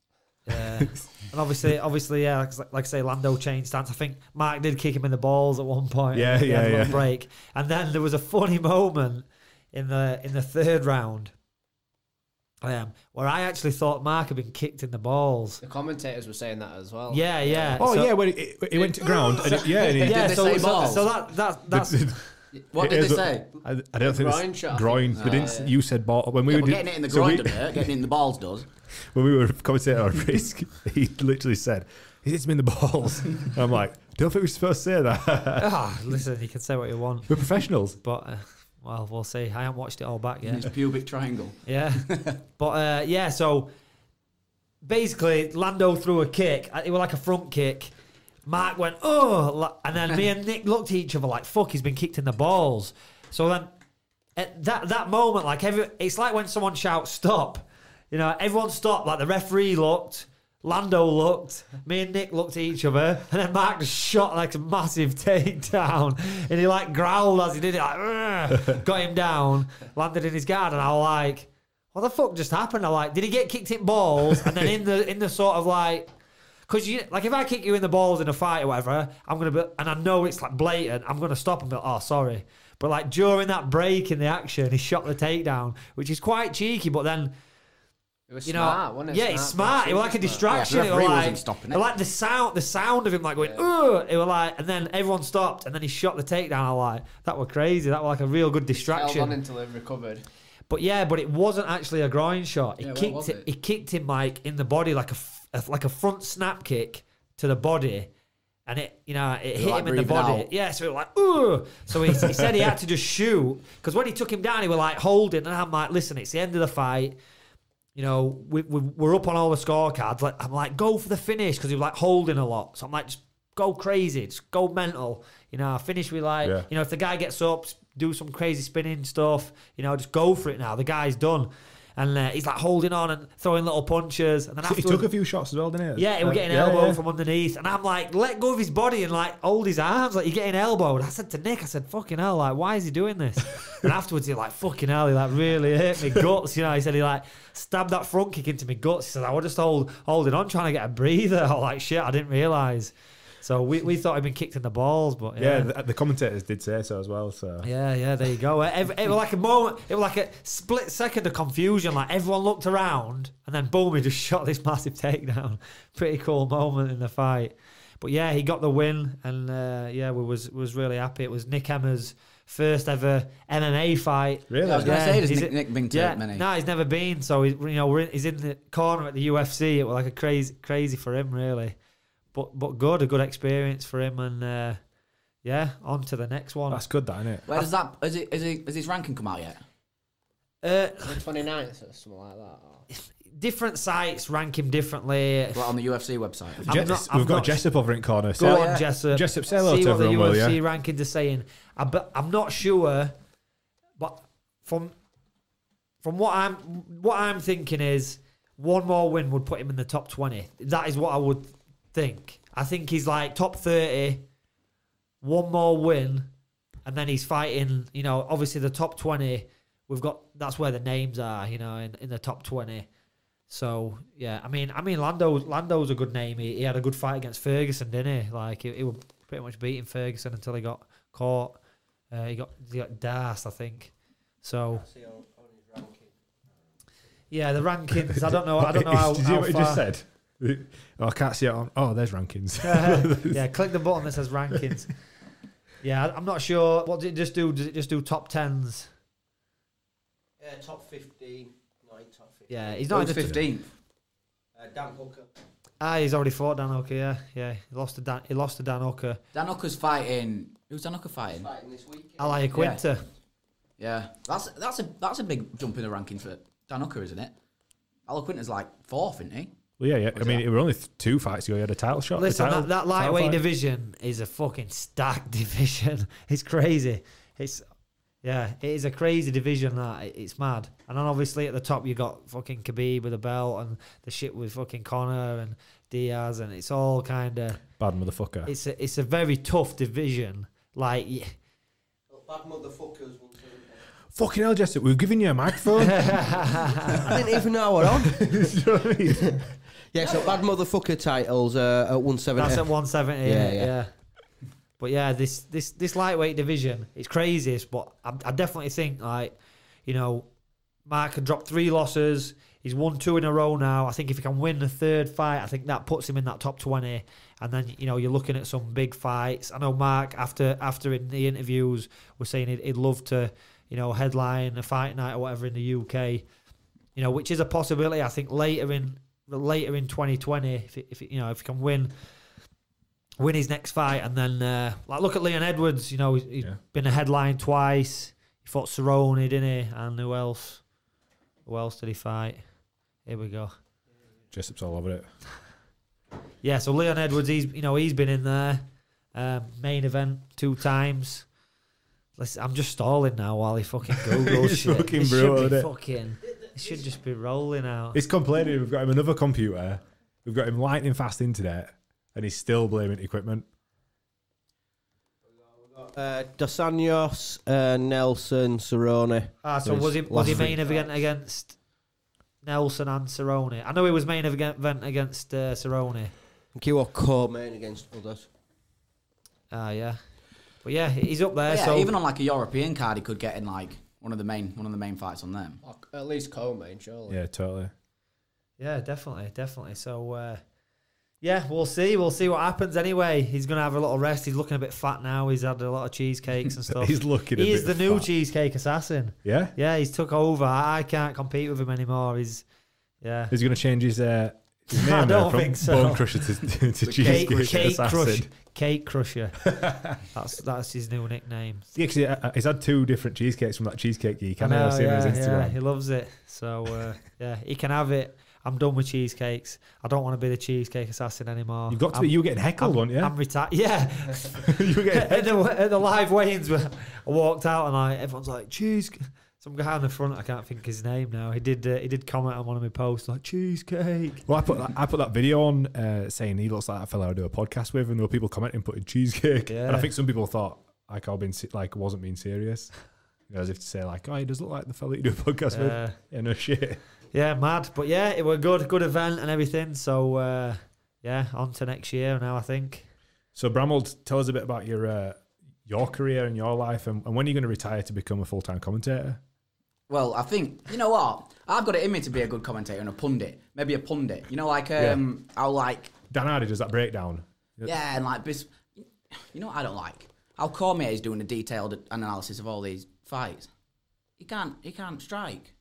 B: Yeah. Uh, and obviously, obviously, yeah, like, like I say, Lando changed stance. I think Mark did kick him in the balls at one point.
A: Yeah,
B: and he had
A: yeah,
B: a little
A: yeah.
B: Break, and then there was a funny moment in the in the third round, um, where I actually thought Mark had been kicked in the balls.
D: The commentators were saying that as well.
B: Yeah, yeah.
A: Oh
B: so,
A: yeah, when it, it, it went to ground, and it, yeah, and it,
B: yeah.
C: they
B: so,
C: say
B: so,
C: balls?
B: so that that that's
C: What
A: It
C: did
A: is
C: they
A: a-
C: say?
A: I, I don't think
D: groin
A: groin.
D: shot, I
A: groin
D: think.
A: they didn't,
D: Ah.
A: you said ball when we
C: Yeah,
A: were
C: but getting it in the
A: so we-
C: groin, doesn't it? getting it in the balls does.
A: when we were commentating on risk. He literally said, "He hits me in the balls." And I'm like, "Don't think we're supposed to say that.
B: ah, listen, you can say what you want,
A: we're professionals."
B: but uh, well, we'll see. I haven't watched it all back
C: In
B: yet.
C: his pubic triangle.
B: Yeah. but uh, yeah, so basically, Lando threw a kick. uh, It was like a front kick. Mark went, oh. la- And then me and Nick looked at each other like, fuck, he's been kicked in the balls. So then at that, that moment, like, every, it's like when someone shouts, stop. You know, everyone stopped. Like the referee looked, Lando looked, me and Nick looked at each other, and then Mark just shot like a massive takedown, and he like growled as he did it, like "Ugh," got him down, landed in his guard, and I was like, "What the fuck just happened?" I like, did he get kicked in balls, and then in the in the sort of like. Cause you like if I kick you in the balls in a fight or whatever, I'm gonna be and I know it's like blatant. I'm gonna stop and be like, oh sorry. But like during that break in the action, he shot the takedown, which is quite cheeky. But then
D: It was
B: you know,
D: smart, wasn't it?
B: yeah, it's smart. It was like a distraction.
C: Yeah, the
B: it was
C: referee
B: like,
C: wasn't stopping it.
B: it was like the sound, the sound of him like going, ugh. It was like, and then everyone stopped, and then he shot the takedown. I was like that were crazy. That was like a real good
D: Held on
B: distraction.
D: until they recovered.
B: But yeah, but it wasn't actually a groin shot. He
C: Yeah, what
B: kicked
C: was
B: it.
C: it?
B: He kicked him like in the body, like a, f- a- like a front snap kick to the body, and it you know it hit
C: like
B: him in the
C: breathing
B: body.
C: out.
B: Yeah, so it was like ugh. So he, he said he had to just shoot because when he took him down, he was like holding, and I'm like, listen, it's the end of the fight. You know, we, we, we're up on all the scorecards. Like I'm like, go for the finish because he was like holding a lot. So I'm like, just go crazy, just go mental. You know, I finish with like,
A: Yeah.
B: you know, if the guy gets up, s- do some crazy spinning stuff. You know, just go for it now. The guy's done, and uh, he's like holding on and throwing little punches. And then
A: He
B: after
A: took a few shots as well, didn't he?
B: yeah, he was
A: Uh,
B: getting
A: yeah,
B: elbowed
A: yeah.
B: from underneath, and I'm like, let go of his body and like hold his arms, like you're getting elbowed. I said to Nick, I said, fucking hell, like why is he doing this? and afterwards, he like fucking hell, he like really hit me guts, you know. He said he like stabbed that front kick into me guts. He said I was just hold holding on, trying to get a breather. I was like shit, I didn't realize. So we, we thought he'd been kicked in the balls, but
A: Yeah,
B: yeah.
A: the, the commentators did say so as well. So
B: Yeah, yeah, there you go. Ev- It, was like a moment, it was like a split second of confusion. Like everyone looked around, and then boom, he just shot this massive takedown. Pretty cool moment in the fight. But yeah, he got the win, and uh, yeah, we was was really happy. It was Nick Emma's first ever MMA fight.
A: really,
C: Yeah, I was gonna
B: Yeah,
C: say, does
B: is
C: Nick,
B: it-
C: Nick been to
B: Yeah,
C: many?
B: no, he's never been. So he's you know we're in, he's in the corner at the UFC. It was like a crazy crazy for him really, but but good, a good experience for him, and uh, yeah, on to the next one.
A: that's good, that isn't it?
C: Where does that? Is it? Is it? Has his ranking come out yet?
B: Uh,
D: The 29th or something like that. or-
B: different sites rank him differently.
C: Like on the UFC website.
B: I'm
A: Jess-
B: not- I'm
A: we've got
B: not-
A: Jessup over in corner.
B: Go
A: So
C: yeah.
B: on, Jessup.
A: Jessup, say hello
B: See
A: to
B: what the
A: everyone, will
B: UFC
A: you?
B: rankings are saying. I, but I'm not sure, but from from what I'm what I'm thinking is one more win would put him in the top twenty. That is what I would think. I think he's like top thirty. One more win, and then he's fighting. You know, obviously the top twenty. We've got that's where the names are. You know, in, in the top twenty. So yeah, I mean, I mean, Lando Lando's a good name. He, he had a good fight against Ferguson, didn't he? Like he, he was pretty much beating Ferguson until he got caught. Uh, he got he got dast, I think. So yeah, the rankings. I don't know. I don't know how.
A: Did you
B: how
A: hear what he just
B: far-
A: said? Oh, I can't see it on. Oh, there's rankings.
B: yeah, click the button that says rankings. yeah, I- I'm not sure. What did it just do? Does it just do top tens?
E: Uh, top 15, not in top 15.
B: Yeah, he's not in
C: Who's
B: the
C: fifteenth?
E: Uh, Dan Hooker.
B: Ah, he's already fought Dan Hooker. Yeah, yeah, he lost to Dan. He lost to Dan Hooker.
C: Dan Hooker's fighting. Who's Dan Hooker fighting?
E: Fighting this weekend.
B: Alia Quinta.
C: Yeah, that's that's a that's a big jump in the rankings for Dan Hooker, isn't it? Alaquinta's like fourth, isn't he?
A: Well, yeah, yeah. I
C: Was
A: mean,
C: that-
A: it were only th- two fights ago. He had a title shot. the
B: Listen,
A: title-
B: that, that
A: title
B: lightweight
A: fight.
B: division is a fucking stacked division. It's crazy. It's yeah, it is a crazy division. That It- it's mad. And then obviously at the top you got fucking Khabib with a belt and the shit with fucking Connor and Diaz, and it's all kind of
A: Bad motherfucker.
B: it's a it's a very tough division. Like y-
E: But Bad motherfuckers will turn up.
A: Fucking hell, Jessup, we've given you a microphone.
E: I didn't even know what on.
A: You know what I mean?
E: Yeah, so bad motherfucker titles uh, at 170.
B: that's at one seventy.
E: Yeah,
B: Yeah, yeah.
E: yeah.
B: But yeah, this this this lightweight division it's craziest. But I, I definitely think like you know, Mark had dropped three losses. He's won two in a row now. I think if he can win the third fight, I think that puts him in that top twenty. And then you know you're looking at some big fights. I know Mark after after in the interviews was saying he'd, he'd love to you know headline a fight night or whatever in the UK. You know, which is a possibility. I think later in later in 2020, if it, if it, you know if he can win win his next fight, and then uh, like look at Leon Edwards. You know, he's, he's
A: Yeah.
B: been a headline twice. He fought Cerrone, didn't he? And who else? Who else did he fight? Here we go.
A: Jessup's all over it.
B: Yeah, so Leon Edwards, he's you know he's been in there, um, main event two times. Listen, I'm just stalling now while he fucking googles
A: It's
B: shit.
A: fucking
B: This should
A: brutal,
B: be
A: isn't it?
B: fucking.
E: The, the,
B: It should just be rolling out.
A: He's complaining. We've got him another computer. We've got him lightning fast internet, and he's still blaming equipment.
E: Uh, Dos Anjos, uh, Nelson, Cerrone.
B: Ah, so
E: There's
B: was it was he
E: lots of
B: main event against Nelson and Cerrone? I know he was main event against uh, Cerrone.
E: I think he were co-main against others.
B: Ah, yeah. But yeah, he's up there.
C: yeah,
B: so
C: even on like a European card, he could get in like one of the main one of the main fights on them.
D: Or c- at least co-main, surely.
A: Yeah, totally.
B: Yeah, definitely, definitely. So, uh, yeah, we'll see. We'll see what happens. Anyway, he's gonna have a little rest. He's looking a bit fat now. He's had a lot of cheesecakes and stuff.
A: He's looking.
B: he
A: a
B: is the
A: bit
B: new
A: fat.
B: cheesecake assassin.
A: Yeah,
B: Yeah, he's took over. I, I can't compete with him anymore. He's yeah,
A: he's going to change his. Uh, his name
B: I
A: there
B: don't
A: from
B: think so.
A: Bone Crusher to, to Cheesecake
B: cake, cake
A: Assassin.
B: crusher. Cake crusher. that's that's his new nickname.
A: Yeah, 'cause he, uh, he's had two different cheesecakes from that cheesecake geek. I know, I've seen
B: yeah,
A: on his
B: yeah,
A: Instagram.
B: he loves it. So uh, yeah, he can have it. I'm done with cheesecakes. I don't want to be the cheesecake assassin anymore.
A: You've got to
B: I'm,
A: be. You were getting heckled,
B: I'm,
A: weren't you?
B: I'm retired. Yeah,
A: you were getting
B: at, the, at the live weigh-ins, where I walked out and I everyone's like, "Cheese." Some guy in the front, I can't think his name now. He did uh, he did comment on one of my posts like cheesecake.
A: Well, I put that, I put that video on uh, saying he looks like that fellow I do a podcast with, and there were people commenting putting cheesecake. And
B: Yeah.
A: I think some people thought like I been se- like wasn't being serious, You know, as if to say like, oh, he does look like the fellow you do a podcast with.
B: Uh,
A: Yeah, no shit.
B: yeah, mad. But yeah, it was good, good event and everything. So uh, yeah, on to next year now. I think.
A: So Bramold, tell us a bit about your uh, your career and your life, and, and when are you going to retire to become a full time commentator?
C: Well, I think you know what I've got it in me to be a good commentator and a pundit, maybe a pundit. You know, like um, I'll like
A: Dan Hardy does that breakdown.
C: yeah, and like bis- you know what I don't like how Cormier is doing a detailed analysis of all these fights. He can't he can't strike.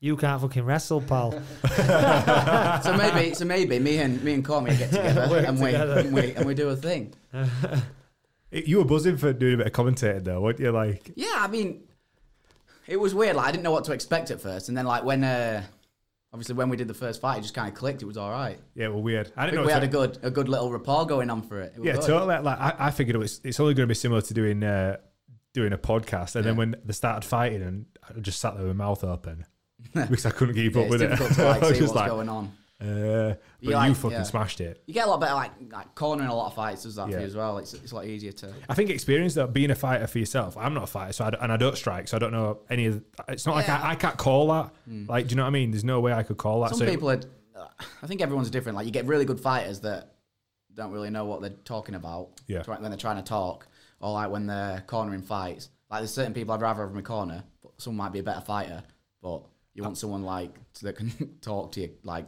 B: You can't fucking wrestle, pal.
C: So maybe so maybe me and me and Cormier get together and we
B: together.
C: and we and we do a thing.
A: It- you were buzzing for doing a bit of commentating though, weren't you? Like,
C: Yeah, I mean, it was weird. Like I didn't know what to expect at first, and then like when uh, obviously when we did the first fight, it just kind of clicked. It was all right.
A: yeah, well, weird. I
C: I
A: didn't
C: think
A: know.
C: we
A: it's
C: had a
A: like-
C: good a good little rapport going on for it. It was
A: Yeah,
C: good.
A: totally. Like I, I figured it was, it's only going to be similar to doing uh, doing a podcast, and then
C: Yeah.
A: when they started fighting, and I just sat there with my mouth open because I couldn't keep
C: Yeah,
A: up
C: it's
A: with it.
C: difficult to like
A: I was
C: see what's
A: just like,
C: going on.
A: uh, but
C: like,
A: you fucking
C: yeah.
A: smashed it.
C: You get a lot better like like cornering a lot of fights does that
A: Yeah.
C: for you as well. It's it's a lot easier to.
A: I think experience though, being a fighter for yourself. I'm not a fighter, so I d and I don't strike, so I don't know any of. It's not like
C: Yeah. Hmm.
A: I, I can't call that. Like, do you know what I mean? There's no way I could call that.
C: Some
A: so it-
C: people had. I think everyone's different. Like you get really good fighters that don't really know what they're talking about.
A: Yeah.
C: try- When they're trying to talk, or like when they're cornering fights. Like there's certain people I'd rather have in my corner. But someone might be a better fighter, but you want someone like that can talk to you like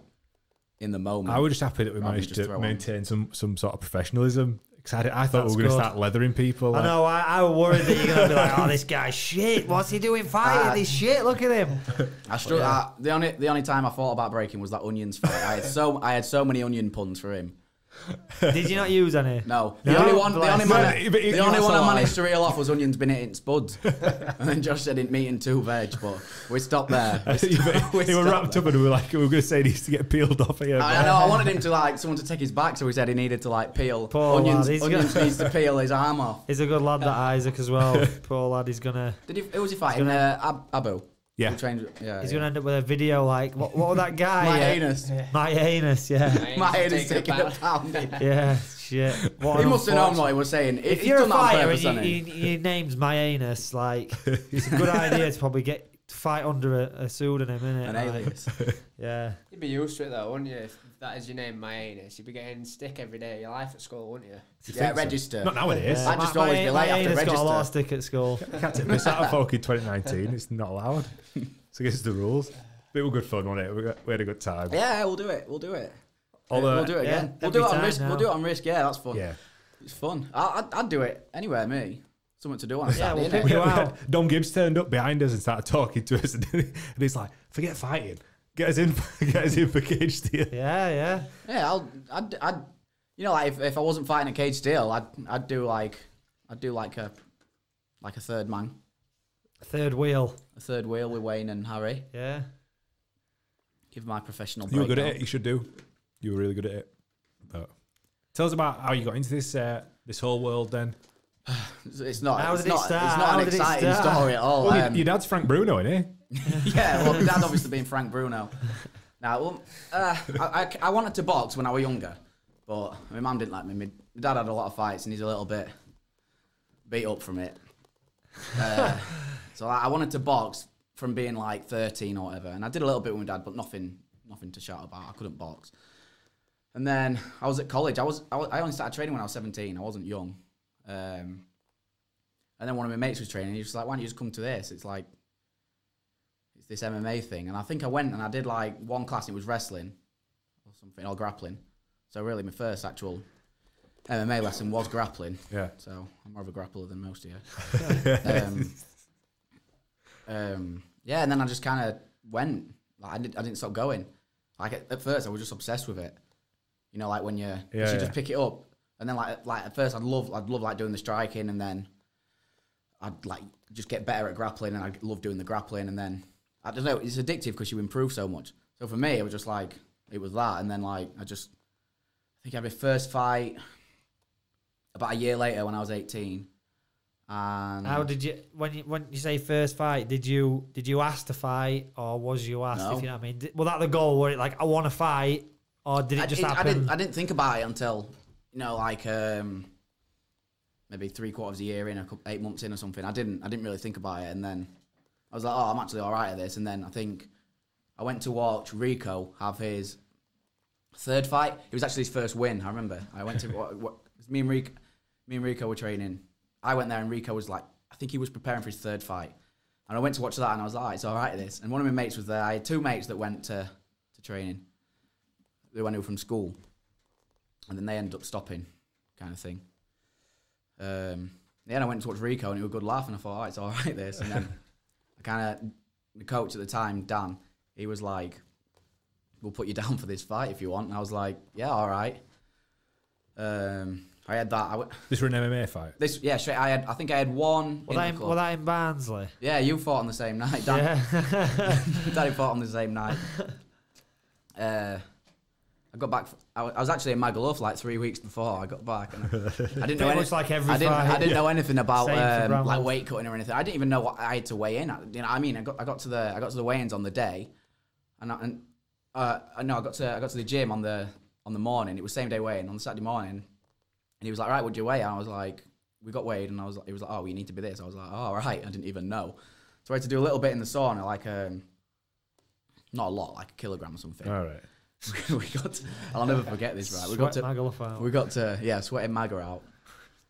C: in the moment.
A: I was just happy that we
C: Rather than
A: managed
C: just
A: to
C: throw on.
A: maintain some some sort of professionalism. Because I, d- I thought
B: That's
A: we were going
B: good.
A: to start leathering people.
B: I
A: like-
B: know. I, I was worried that you're gonna be like, "Oh, this guy's shit. What's he doing fighting?
C: Ah.
B: He's shit. Look at him."
C: I struggled. the only the only time I thought about breaking was that onions fight. I had so I had so many onion puns for him.
B: Did you not use any?
C: No, the
B: No,
C: only one, the
B: bless.
C: only,
A: No,
C: man,
A: but it-
C: the only
A: that's
C: one
A: a
C: I
A: lie.
C: managed to reel off was onions been eating spuds, and then Josh said it meat and two veg, but we stopped there. We
A: they
C: stopped- we
A: were
C: stopped
A: wrapped
C: there.
A: up and we were like, we were going to say he needs to get peeled off here.
C: I, I know. I wanted him to like someone to take his back, so he said he needed to like peel
B: Poor
C: onions.
B: lad, he's
C: onions
B: got-
C: needs to peel his arm off.
B: He's a good lad, that Isaac as well. Poor lad, he's gonna
C: Did he? Who was he fighting? Uh, Ab- Abu.
A: Yeah.
C: Who trained- yeah.
B: he's
C: yeah.
B: gonna end up with a video like what? What was that guy?
C: My
B: yeah?
C: anus.
B: My anus. Yeah,
C: My anus taking a pounding.
B: yeah. Shit. What
C: He
B: an
C: must have known
B: unfortunate-
C: what he was saying. He-
B: If
C: he's
B: you're a
C: done that on
B: fighter and
C: purpose,
B: you,
C: hasn't he?
B: you, your name's my anus, like it's a good idea to probably get to fight under a, a pseudonym, innit?
C: An
B: Like,
C: alias.
B: Yeah.
D: You'd be used to it though, wouldn't you? If that is your name, my anus. You'd be getting stick every day of your life at school, wouldn't you?
C: Yeah, register.
A: Not nowadays.
B: yeah.
C: I'd just
B: My-
C: always
B: my-
C: be late.
B: my
C: I have to
B: anus got a lot of
C: register.
B: stick at school.
A: I can't take this out of folk in 2019. It's not allowed. It's against the rules. But it was good fun, wasn't it? We, got, we had a good time.
C: Yeah, we'll do it. We'll do it.
A: Although-
C: we'll do it
B: Yeah,
C: again. We'll
B: every
C: do it on
B: time
C: risk.
B: now.
C: We'll do it on risk. Yeah, that's fun.
A: Yeah.
C: It's fun. I, I'd, I'd do it anywhere, me. Something to do on a
B: Yeah,
C: Saturday,
B: we'll
C: innit?
B: pick you
A: We
B: out.
A: had- Dom Gibbs turned up behind us and started talking to us. And, he's like, forget fighting. Get us in, get us in for cage steel.
B: Yeah, yeah.
C: Yeah, I'll, I'd, I'd, you know, like if, if I wasn't fighting a cage deal, I'd, I'd do like, I'd do like a, like a third man,
B: Third wheel.
C: a third wheel with Wayne and Harry.
B: Yeah.
C: Give my professional.
A: You were good at
C: breakdown.
A: it. You should do. You were really good at it. But tell us about how you got into this uh, this whole world then.
C: It's- It's not.
B: How
C: it's
B: did it
C: not,
B: start?
C: It's not
B: How
C: an
B: did it
C: exciting
B: start?
C: story at all.
A: Well, your-
C: um,
A: your dad's Frank Bruno, isn't he?
C: yeah, well, my dad obviously being Frank Bruno. Now, well, uh, I, I, I wanted to box when I was younger, but my mum didn't like me. My, my dad had a lot of fights, and he's a little bit beat up from it. Uh, so I, I wanted to box from being like 13 or whatever, and I did a little bit with my dad, but nothing, nothing to shout about. I couldn't box. And then I was at college. I was I, was- I only started training when I was 17. I wasn't young. Um, and then one of my mates was training. He was just like, "Why don't you just come to this?" It's like it's this MMA thing. And I think I went and I did like one class, and it was wrestling or something, or grappling. So really, my first actual MMA lesson was grappling.
A: Yeah.
C: So I'm more of a grappler than most of you. um, um, yeah, and then I just kind of went. Like I, did, I didn't stop going. Like at, at first, I was just obsessed with it. You know, like when you you
A: Yeah,
C: should
A: yeah.
C: just pick it up, and then like like at first, I'd love I'd love like doing the striking, and then I'd like just get better at grappling, and I love doing the grappling, and then I don't know, it's addictive because you improve so much. So for me, it was just like it was that, and then like I just I think I had my first fight about a year later when I was eighteen, and
B: How did you when you when you say first fight? Did you did you ask to fight or was you asked?
C: No.
B: If you know what I mean, did, was that the goal? Were it like I want to fight, or did it
C: I,
B: just
C: didn't- I
B: happen?
C: didn't, I didn't think about it until, you know, like um, maybe three quarters of a year in, a couple, eight months in or something. I didn't, I didn't really think about it, and then I was like, oh, I'm actually all right at this. And then I think I went to watch Rico have his third fight. It was actually his first win. I remember. I went to what, what, me and Rico, me and Rico were training. I went there, and Rico was like, I think he was preparing for his third fight. And I went to watch that, and I was like, "Ah, it's all right, this. And one of my mates was there. I had two mates that went to, to training they went over from school, and then they ended up stopping, kind of thing. Um, then I went to watch Rico, and it was a good laugh, and I thought, oh, it's all right, this. And then I kind of, the coach at the time, Dan, he was like, we'll put you down for this fight if you want. And I was like, yeah, all right. Um, I had that. I w-
A: This were an MMA fight.
C: this, yeah, straight. I had. I think I had one.
B: was,
C: in the
B: that in,
C: club.
B: was that in Barnsley?
C: yeah, you fought on the same night. Dan,
B: Yeah.
C: Daddy fought on the same night. Uh, I got back. I wa- I was actually in Magaluf like three weeks before I got back, and I didn't know
B: Pretty
C: any,
B: much like every
C: I didn't,
B: fight.
C: I didn't know anything about
B: Same for
C: um, like
B: Bramall.
C: weight cutting or anything. I didn't even know what I had to weigh in. I, you know, I mean, I got I got to the I got to the weigh-ins on the day, and I, and uh, I know I got to I got to the gym on the on the morning. It was same day weigh-in on the Saturday morning, and he was like, "Right, what do you weigh?" And I was like, "We got weighed," and I was like, "He was like, oh, we need to be this." I was like, "Oh, right," I didn't even know. So I had to do a little bit in the sauna, like um, not a lot, like a kilogram or something.
A: All right.
C: we got. To, I'll never forget this. Right, we got
B: Sweat
C: to.
B: Magaluf out.
C: We got to. Yeah, sweating Magger out.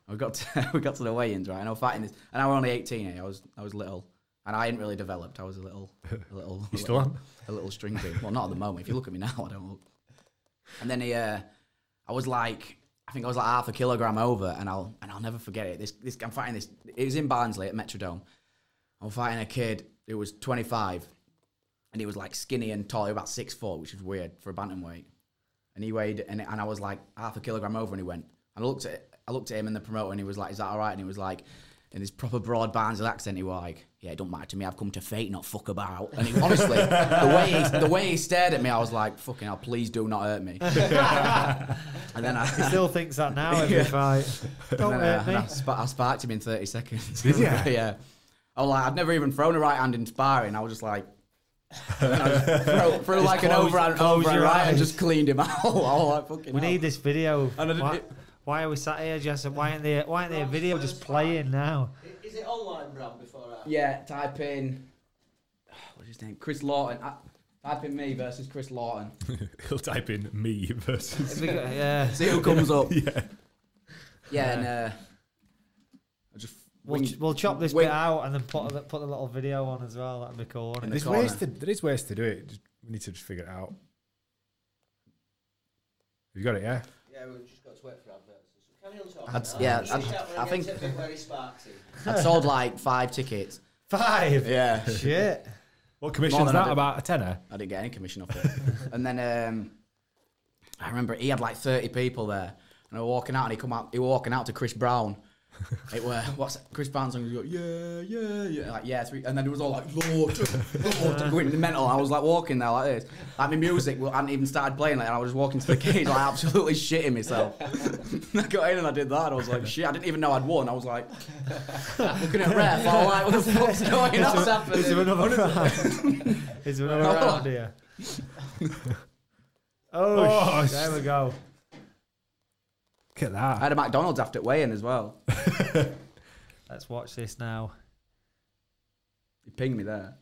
C: We got to. we got to the weigh-ins. Right, and I was fighting this. And I was only 18. Eh? I was. I was little, and I hadn't really developed. I was a little. A little.
A: You still on?
C: a little string bean. Well, not at the moment. If you look at me now, I don't look. And then he, uh, I was like, I think I was like half a kilogram over, and I'll and I'll never forget it. This this I'm fighting this. It was in Barnsley at Metrodome. I'm fighting a kid who was 25, and he was like skinny and tall, he was about six foot, which is weird for a bantamweight. And he weighed, and, and I was like half a kilogram over, and he went. And I looked at I looked at him and the promoter, and he was like, "Is that all right?" And he was like. In his proper broad Barnsley accent, he was like, "Yeah, it don't matter to me. I've come to fight, not fuck about." And he, honestly, the way he, the way he stared at me, I was like, "Fucking hell, please do not hurt me." and then I,
B: He still thinks that now every
C: Yeah.
B: fight. Don't
C: and then, uh,
B: hurt me.
C: and I, spa- I sparked him in 30 seconds.
A: ya?
C: yeah. I was like, I'd never even thrown a right hand in sparring. I was just like, you know, throw, throw like an
B: close-
C: overhand,
B: close
C: overhand
B: your
C: right and
B: eyes.
C: just cleaned him out. I was like, fucking
B: We
C: hell.
B: need this video.
C: And I didn't-
B: Why, why are we sat here, Jess? Why ain't there why ain't there a video just playing now?
E: I- Is it online, Bram, before I...
C: Yeah, type in, what's his name? Chris Lawton. I, type in me versus Chris Lawton.
A: He'll type in me versus.
B: If we go- yeah.
C: See who comes up.
A: Yeah.
C: Yeah, and uh, I just.
B: We'll,
C: winged-
B: ch- we'll chop this
C: wing-
B: bit out and then put a, put a little video on as well. That'd be cool. wouldn't
C: In
B: it?
A: There's
C: the corner.
A: ways to, there is ways to do it. Just, we need to just figure it out. Have you got it, yeah?
E: Yeah, we've just got to wait for adverts. Carry on talking.
C: That's-
E: I'll
C: yeah,
E: shoot
C: that's-
E: out when
C: I
E: get
C: think-
E: to a bit where it's sparksy.
C: I'd sold like five tickets.
B: Five.
C: Yeah.
B: Shit.
A: What
C: More
A: commission's
C: than
A: that?
C: I did.
A: About a tenner?
C: I didn't get any commission off it. and then um, I remember he had like 30 people there, and I was walking out, and he come out, he was walking out to Chris Brown, It were what's Chris Brown's song? You go, yeah, yeah, yeah, like yeah, three, and then it was all like Lord, Lord, going mental. I was like walking there like this, like my music. Well, I hadn't even started playing. Like, and I was just walking to the cage, like absolutely shitting myself. I got in and I did that. I was like, shit, I didn't even know I'd won. I was like, looking at ref, I was like, what the fuck's going
D: It's
C: on?
D: a- happening?
B: Is there another round? Is there another
C: Another
B: round here? Oh,
A: Oh,
B: sh- there we go.
A: Look at
C: I
A: that.
C: had a McDonald's after weighing as well.
B: Let's watch this now.
C: He pinged me there.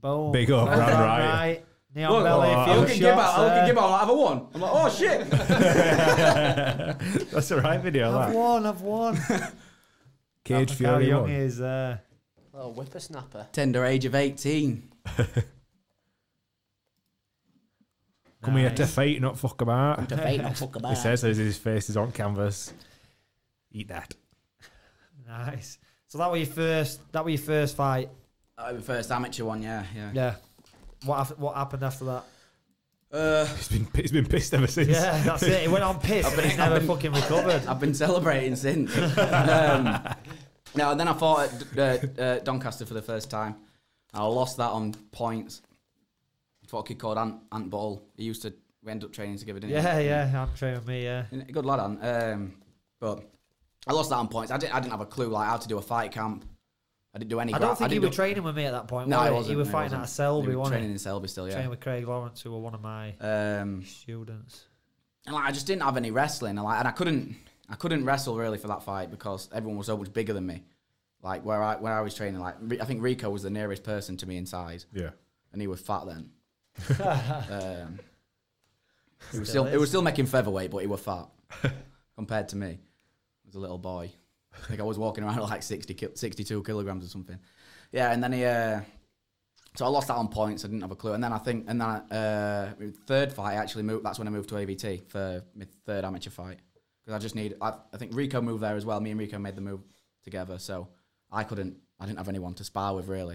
B: Boom.
A: Big up, round right.
B: Neon
C: Look,
B: belly.
A: oh,
B: a few
C: I look at Gibbo,
B: shots
C: I look at
B: there.
C: Gibbo, I'm like, have I won? I'm like, oh shit.
A: That's the right video.
B: I've
A: That.
B: won. I've won.
A: Cage
B: Look
A: Fury
B: How young
A: one.
B: he is there?
D: Little whippersnapper.
C: Tender age of 18.
A: Come here to
B: Nice.
A: fight, not fuck about.
C: Debate, not fuck about.
A: He says as his face is on canvas. Eat that.
B: Nice. So that was your first. That was your first fight.
C: Uh, the first amateur one, yeah, yeah.
B: Yeah. What haf- What happened after that?
C: Uh,
A: He's been he's been pissed ever since.
B: Yeah, that's it. He went on piss, but he's never fucking recovered.
C: I've been celebrating since. um, no, and then I fought at uh, uh, Doncaster for the first time. I lost that on points. Fought a kid called Ant, Ant Ball. He used to, we ended up training together, didn't
B: Yeah,
C: he?
B: yeah. I'm training me. Yeah.
C: And a good lad, Ant. Um, but I lost that on points. I didn't, I didn't have a clue like how to do a fight camp. I didn't do any.
B: I
C: gra-
B: don't think you
C: didn't
B: were
C: do-
B: training with me at that point.
C: No,
B: were
C: I
B: you?
C: wasn't.
B: You were
C: no, I
B: fighting at
C: wasn't.
B: Selby,
C: You were
B: wasn't
C: Training
B: you?
C: in Selby still, yeah.
B: Training with Craig Lawrence, who were one of my
C: Um,
B: students.
C: and like I just didn't have any wrestling, and like, and I couldn't, I couldn't wrestle really for that fight because everyone was so much bigger than me. Like where I where I was training, like Re- I think Rico was the nearest person to me in size,
A: Yeah.
C: and he was fat then. um, he was still, he was still making featherweight, but he was fat compared to me. I was a little boy. I think I was walking around like 60, ki- 62 kilograms or something. Yeah, and then he. Uh, so I lost that on points. I didn't have a clue. And then I think, and then uh, my third fight, I actually moved. That's when I moved to AVT for my third amateur fight because I just need. I, I think Rico moved there as well. Me and Rico made the move together, so I couldn't. I didn't have anyone to spar with really.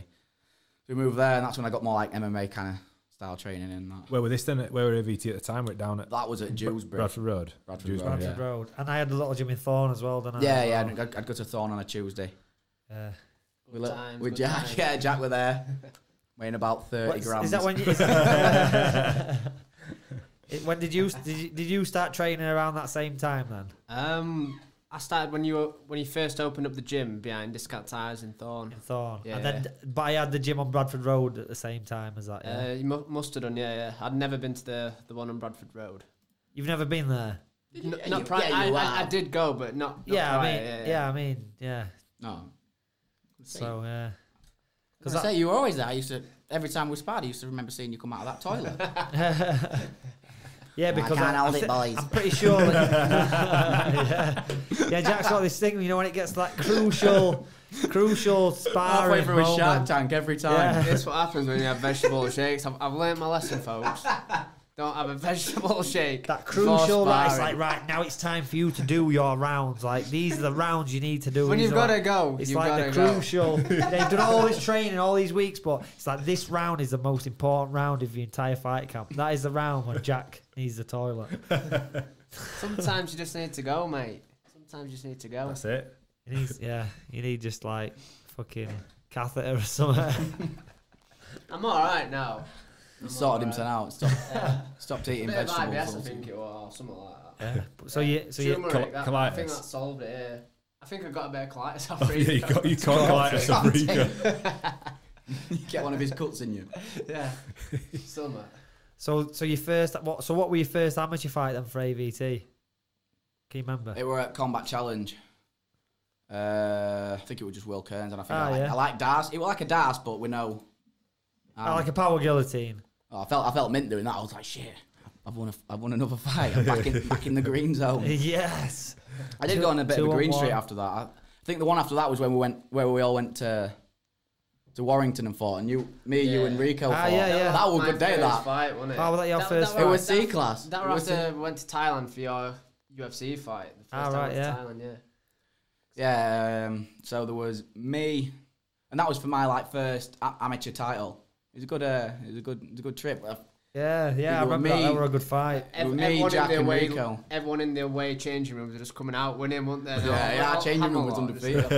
C: So we moved there, and that's when I got more like MMA kind of style training and that.
A: Where were this then? Where were AVT at the time? We're down at
C: That was at Dewsbury.
A: Bradford Road.
C: Bradford
A: Dewsbury,
C: Road,
B: Bradford
A: yeah.
B: Road. And I had a little Jimmy Thorne as well, didn't I?
C: Oh, Yeah,
B: as
C: yeah.
B: well?
C: I'd, I'd go to Thorn on a Tuesday.
B: Yeah.
C: We
D: Good
C: look-
D: times,
C: with
D: good
C: Jack,
D: times.
C: yeah, Jack were there, weighing about thirty
B: What's-
C: grams.
B: Is that when you? Is It- when did you did you, did you start training around that same time then?
D: Um, I started when you were, when you first opened up the gym behind Discount Tires in Thorn.
B: In Thorn,
D: Yeah.
B: and then but I had the gym on Bradford Road at the same time as that. Yeah.
D: Uh, you mu- must have done, yeah, yeah. I'd never been to the the one on Bradford Road.
B: You've never been there.
D: N-
C: you-
D: not
C: yeah,
D: prior.
C: you
D: I, I,
C: have.
D: I did go, but not. not
B: yeah, I
D: prior,
B: mean, yeah, I mean, yeah.
C: No,
B: So yeah,
C: because
B: that-
C: I say you were always there. I used to every time we sparred, I used to remember seeing you come out of that toilet.
B: yeah, because
C: can't hold
B: thi-
C: it, boys.
B: I'm pretty sure. That, yeah. yeah, Jack's got this thing. You know when it gets to that crucial, crucial
C: Halfway
B: sparring
C: through a
B: moment.
C: Shark Tank every time.
B: Yeah.
D: That's what happens when you have vegetable shakes. I've, I've learned my lesson, folks. Don't have a vegetable shake.
B: That
D: before
B: crucial right, it's like
D: sparring.
B: right now it's time for you to do your rounds. Like these are the rounds you need to do.
D: When
B: These
D: you've
B: are
D: got
B: like-
D: to go,
B: It's
D: you've got
B: like
D: to
B: the
D: go.
B: crucial. they've done all this training all these weeks, but it's like this round is the most important round of the entire fight camp. That is the round when Jack needs the toilet.
D: Sometimes you just need to go, mate. Sometimes you just need to go.
A: That's it.
B: He needs, yeah, you need just like fucking catheter or something.
D: I'm all right now.
C: He sorted himself out. Stopped, stopped eating
D: Bit of IBS, I
C: vegetables.
D: think it was, or something like that.
B: yeah. but- So you, so you,
D: Turmeric,
A: Col-
D: that- I think
A: colitis.
D: that solved it. Yeah. I think I got a bit of colitis.
A: Oh,
D: off
A: yeah, you
D: Rico.
A: got you can't go out of Sabrina.
C: Get one of his cuts in you.
D: yeah. Still, mate.
B: so so your first what? So what were your first amateur fight then for AVT? Can you remember?
C: They were at Combat Challenge. Uh, I think it was just Will Kearns, and I think
B: Ah,
C: I, like,
B: yeah.
C: I like Dars. It was like a Dars, but we know.
B: Ah, like a power guillotine.
C: Oh, I felt I felt mint doing that. I was like, shit. I've won, a, I've won another fight. I'm back in, back in the green zone.
B: Yes.
C: I did
B: Two-
C: go on a bit
B: two
C: of a
B: on
C: green
B: one.
C: streak after that. I think the one after that was when we went, where we all went to, to Warrington and fought, and you, me, you,
D: Yeah.
C: and Rico
B: Ah,
C: fought.
B: yeah, yeah.
C: That was a
D: My
C: good day.
D: first
C: That
D: Fight, wasn't it?
B: Oh, was that your first
C: it
B: Right.
C: was
D: that-
C: C class.
D: That
C: It was
D: was after I went to Thailand for your UFC fight. The first
B: Ah,
D: time I
B: right,
D: went
B: yeah.
D: to Thailand, yeah.
C: Yeah, um, so there was me, and that was for my like first a- amateur title. It was a good, uh, it was a good, it was a good trip. I,
B: Yeah, yeah, I
C: You were
B: remember that. that
C: me.
B: were a good fight.
C: It
D: Ev-
C: was me,
D: everyone,
C: Jack
D: in their
C: and
D: way,
C: Rico.
D: everyone in their way changing rooms are just coming out winning, weren't they?
C: Yeah, yeah, our changing room was undefeated.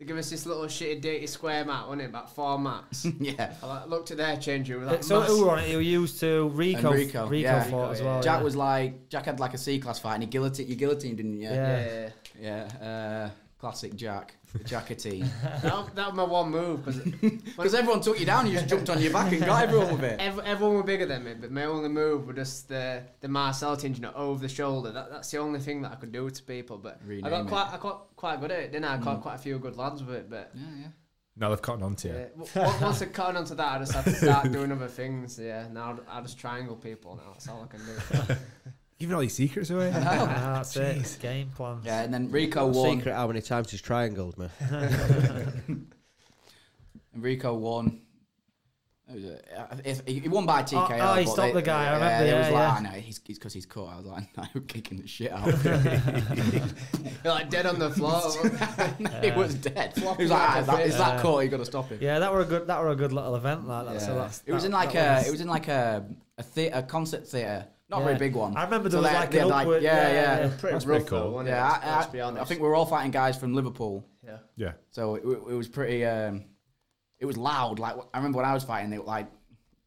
D: They give us this little shitty dirty square mat, wasn't it? About four mats.
C: yeah.
D: I like, looked at their changing room.
B: Uh,
D: Like,
B: So
D: mass-
B: who were on it? Who used to Rico?
C: And
B: Rico,
C: Rico, yeah.
B: fought as well.
C: Jack
B: Oh, yeah.
C: was like, Jack had like a C class fight and he guillotined, you guillotined, didn't you?
B: Yeah.
D: yeah.
C: Yeah. Uh, classic Jack. Jackatine.
D: that, that was my one move because
C: Because everyone took you down, you just jumped on your back and got everyone with it.
D: ev- everyone were bigger than me. But my only move was just the the Marcel tinge, you know, over the shoulder. That, that's the only thing that I could do to people. But I
C: Rename
D: got
C: it. Mm.
D: quite I got quite good at it, didn't I? I caught quite a few good lads with it, but.
C: Yeah, yeah.
A: Now they've cotton on to you.
D: Yeah. w- w- Once I caught onto that, I just had to start doing other things. Yeah, now I just triangle people. Now that's all I can do.
A: Giving all your secrets away.
B: Ah, that's it. Game plan.
C: Oh. Yeah, and then Rico won.
E: Secret how many times he's triangled me.
C: And Rico won. It was a, if, he won by TKO.
B: Oh, oh, he
C: but
B: stopped
C: they-
B: the guy, I
C: Yeah,
B: remember,
C: they
B: yeah,
C: was
B: yeah.
C: like, "Ah, no, he's because he's, caught. I was like, no, you're kicking the shit out. of him."
D: You're like dead on the floor.
C: he was dead. He was like,
D: like
C: ah,
D: a
C: is that, is that
B: fish.
C: caught? You got to stop him.
B: Yeah, that were a good. That were a good little event. Like that. So
C: Yeah.
B: that's,
C: it was
B: that-
C: in like
B: that
C: a
B: was-
C: it was in like a a, thea- a concert theater, not a
B: Yeah.
C: very big one.
B: I remember there
C: So
B: was
C: they-
B: like
C: they
B: an
C: had like-
B: upward.
C: yeah, yeah.
D: pretty
A: That's
D: rough
A: pretty cool.
D: though, wasn't
C: Yeah,
D: it?
C: I,
D: Let's
C: I-
D: be
C: I,
D: honest.
C: think we were all fighting guys from Liverpool,
D: Yeah.
A: Yeah.
C: so it, it was pretty. Um, it was loud. Like I remember when I was fighting, they were like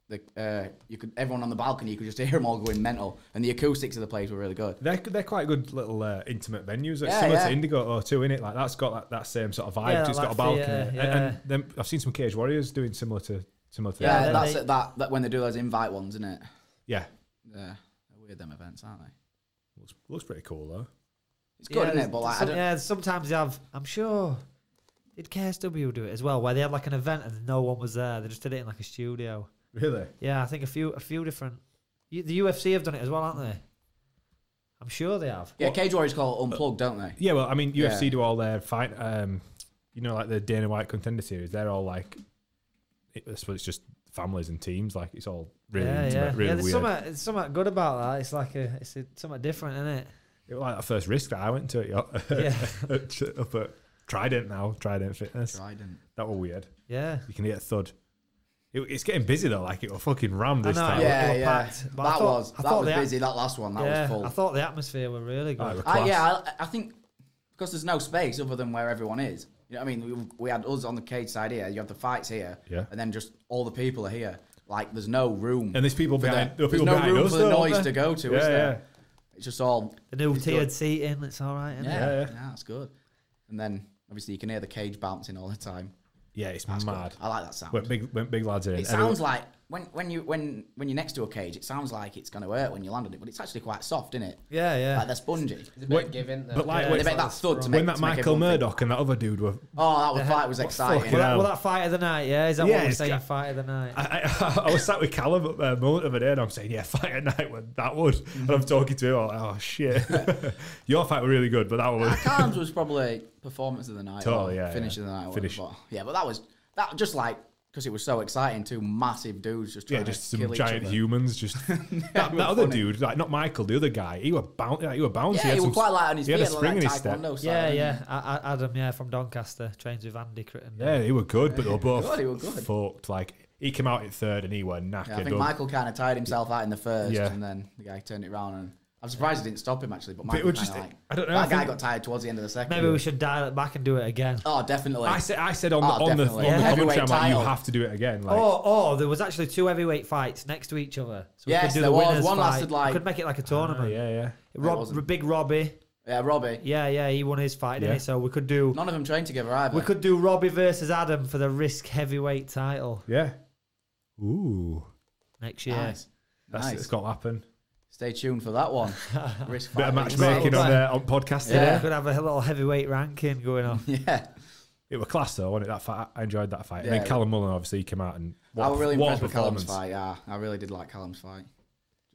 C: the uh, you could everyone on the balcony, you could just hear them all going mental, and the acoustics of the place were really good.
A: They're, they're quite good little uh, intimate venues. Like
C: Yeah,
A: similar
C: yeah.
A: to Indigo or two, innit? Like that's got that, that same sort of vibe.
B: Yeah,
A: to it's
B: like
A: got a balcony.
B: theatre,
A: And-
B: yeah.
A: And then I've seen some Cage Warriors doing similar to similar to
C: Yeah,
B: Yeah,
C: that's
B: they-
C: it, that that when they do those invite ones, isn't it?
A: Yeah.
C: Yeah, they're weird them events, aren't they?
A: Looks, looks pretty cool though.
C: It's good, isn't
B: there's-
C: it? But like, I
B: some-
C: don't,
B: yeah, sometimes they have. I'm sure. Did KSW do it as well? Where they had like an event and no one was there. They just did it in like a studio.
A: Really?
B: Yeah, I think a few, a few different. U- The UFC have done it as well, haven't they? I'm sure they have.
C: yeah, Cage Warriors call it unplugged, don't they?
A: Yeah. Well, I mean, UFC
C: Yeah.
A: do all their fight. Um, you know, like the Dana White Contender Series. They're all like, it, I suppose it's just families and teams. Like it's all really
B: yeah,
A: intimate,
B: yeah,
A: really
B: yeah.
A: weird.
B: There's something, there's something good about that. It's like a, it's a, something different, isn't it?
A: It was like that first risk that I went to at, your,
B: Yeah.
A: at- up at Trident now, Trident Fitness.
C: Trident.
A: That were weird.
B: Yeah.
A: You can get a thud. It, it's getting busy though, like it will fucking ram this
B: I know,
A: time.
B: it
C: Yeah,
B: were
C: yeah.
B: packed. But I
C: That
B: thought-
C: was
B: I
C: that
B: thought
C: was
B: they had-
C: busy. That last one, that
B: yeah.
C: was full.
B: I thought the atmosphere were really good.
A: Oh, it were
C: I,
A: class.
C: yeah, I, I think because there's no space other than where everyone is. You know what I mean? We, we had us on the cage side here. You have the fights here,
A: Yeah.
C: and then just all the people are here. Like there's no room,
A: And there's people
C: for
A: behind.
C: the,
A: there were
C: there's
A: people
C: no
A: behind
C: room
A: us,
C: for the
A: though, weren't there?
C: noise to go to.
A: Yeah,
C: is there?
A: yeah.
C: It's just all
B: the new
C: it's
B: tiered
C: good.
B: seating. It's all right, isn't
C: Yeah,
B: it?
C: yeah,
A: yeah.
C: that's good. And then obviously you can hear the cage bouncing all the time.
A: Yeah, it's
C: That's
A: mad.
C: Good. I like that sound.
A: When big, when big lads are in.
C: it sounds like when when you when when you're next to a cage, it sounds like it's going to hurt when you land on it, but it's actually quite soft, isn't it?
B: Yeah, yeah.
C: Like they're spongy.
D: It's a bit
A: Wait,
D: giving.
A: but like
B: Yeah,
A: when,
C: they make that thud to
A: when
C: make
A: that
C: to make
A: Michael
C: everyone think-
A: Murdoch and that other dude were.
C: Oh, that was, fight was
B: Fuck,
C: exciting.
B: well,
A: hell.
B: that, well, that fight of the night, yeah? Is that
A: Yeah,
B: what we're
A: it's
B: saying,
A: got-
B: fight of the night?
A: I, I, I was sat with Callum at a moment of an end. I'm saying, yeah, fight at night when that would. And I'm talking to him, I'm like, oh shit. Your fight were really good, but that one was.
C: At times was probably performance of the night.
A: Totally,
C: or
A: yeah,
C: Finish
A: yeah.
C: of the night.
A: Finish.
C: Finish. But, yeah, but that was that just like because it was so exciting. Two massive dudes just trying
A: Yeah, just
C: to
A: some
C: kill
A: giant
C: each other.
A: humans. Just that, that
C: were
A: other
C: funny.
A: dude, like not Michael, the other guy. He were bouncy. Like, he were bouncy.
C: Yeah,
A: had
C: he
A: some-
C: was quite light on his
A: he
C: feet.
A: had a
C: like
A: swing in his
C: taekwondo
A: step.
C: style,
B: yeah,
C: didn't he?
B: yeah. A- A- Adam, yeah, from Doncaster, trains with Andy Critton.
A: Yeah, they were good, but they were both
C: God, they were good.
A: fucked. Like he came out at third and he were knackered.
C: Yeah, I think
A: up.
C: Michael kind of tired himself out in the first,
A: Yeah.
C: and then the guy turned it round. And I'm surprised he didn't stop him actually. But
A: But it
C: Michael
A: was
C: kinda,
A: just-
C: like,
A: I don't know, I
C: That guy
A: think-
C: got tired towards the end of the second.
B: Maybe we should dial it back and do it again.
C: Oh, definitely.
A: I said, I said on
C: Oh,
A: the on the, on
C: definitely.
A: the
C: Yeah.
A: commentary,
C: Heavyweight
A: I'm like, you
C: title.
A: have to do it again. Like,
B: Or, or Oh, there was actually two heavyweight fights next to each other. So we
C: Yes,
B: could do
C: there
B: the
C: was.
B: winners
C: One
B: fight.
C: lasted like-
B: could make it like a
A: Ah,
B: tournament.
A: yeah, yeah.
B: Rob,
C: wasn't.
B: big Robbie.
C: yeah, Robbie.
B: Yeah, yeah, he won his fight, didn't
A: Yeah.
B: he? So we could do
C: None of them trained together either.
B: we could do Robbie versus Adam for the Risk heavyweight title
A: Yeah. Ooh.
B: next year.
C: Nice.
A: That's
C: nice.
A: it's got to happen.
C: Stay tuned for that one. Risk
A: Bit of
C: fighting.
A: matchmaking on
B: Right.
A: uh, on podcast
B: Yeah,
A: today.
B: we could have a little heavyweight ranking going on.
C: Yeah.
A: It were class though, wasn't it? That fight, I enjoyed that fight. And
C: Yeah.
A: then Callum Mullen obviously came out and what,
C: I was really
A: what
C: impressed with Callum's
A: performance.
C: fight. Yeah, I really did like Callum's fight.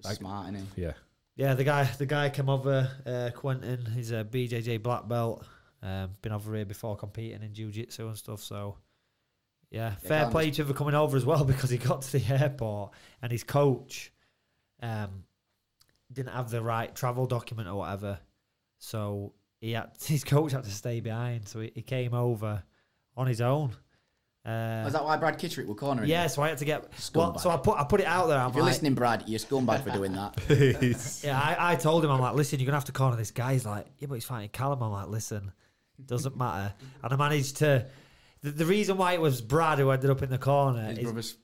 C: Just smart in him.
A: Yeah.
B: Yeah, the guy, the guy came over, uh, Quentin. He's a BJJ black belt. Um, been over here before competing in jiu-jitsu and stuff. So, yeah, fair
C: Callum
B: play to him for coming over as well because he got to the airport and his coach um, didn't have the right travel document or whatever. So he had his coach had to stay behind. So he, he came over on his own. Uh,
C: Is that why Brad Kittrick were cornering? you?
B: yeah, so I had to get. Well,
C: Scumbag.
B: so I put I put it out there. I'm
C: If you're
B: like-
C: listening, Brad, you're a scumbag for doing that.
B: Yeah, I, I told him, I'm like, listen, you're going to have to corner this guy. He's like, yeah, but he's fighting Callum. I'm like, listen, doesn't matter. And I managed to. The, the reason why it was Brad who ended up in the corner
C: His
B: is,
C: brother's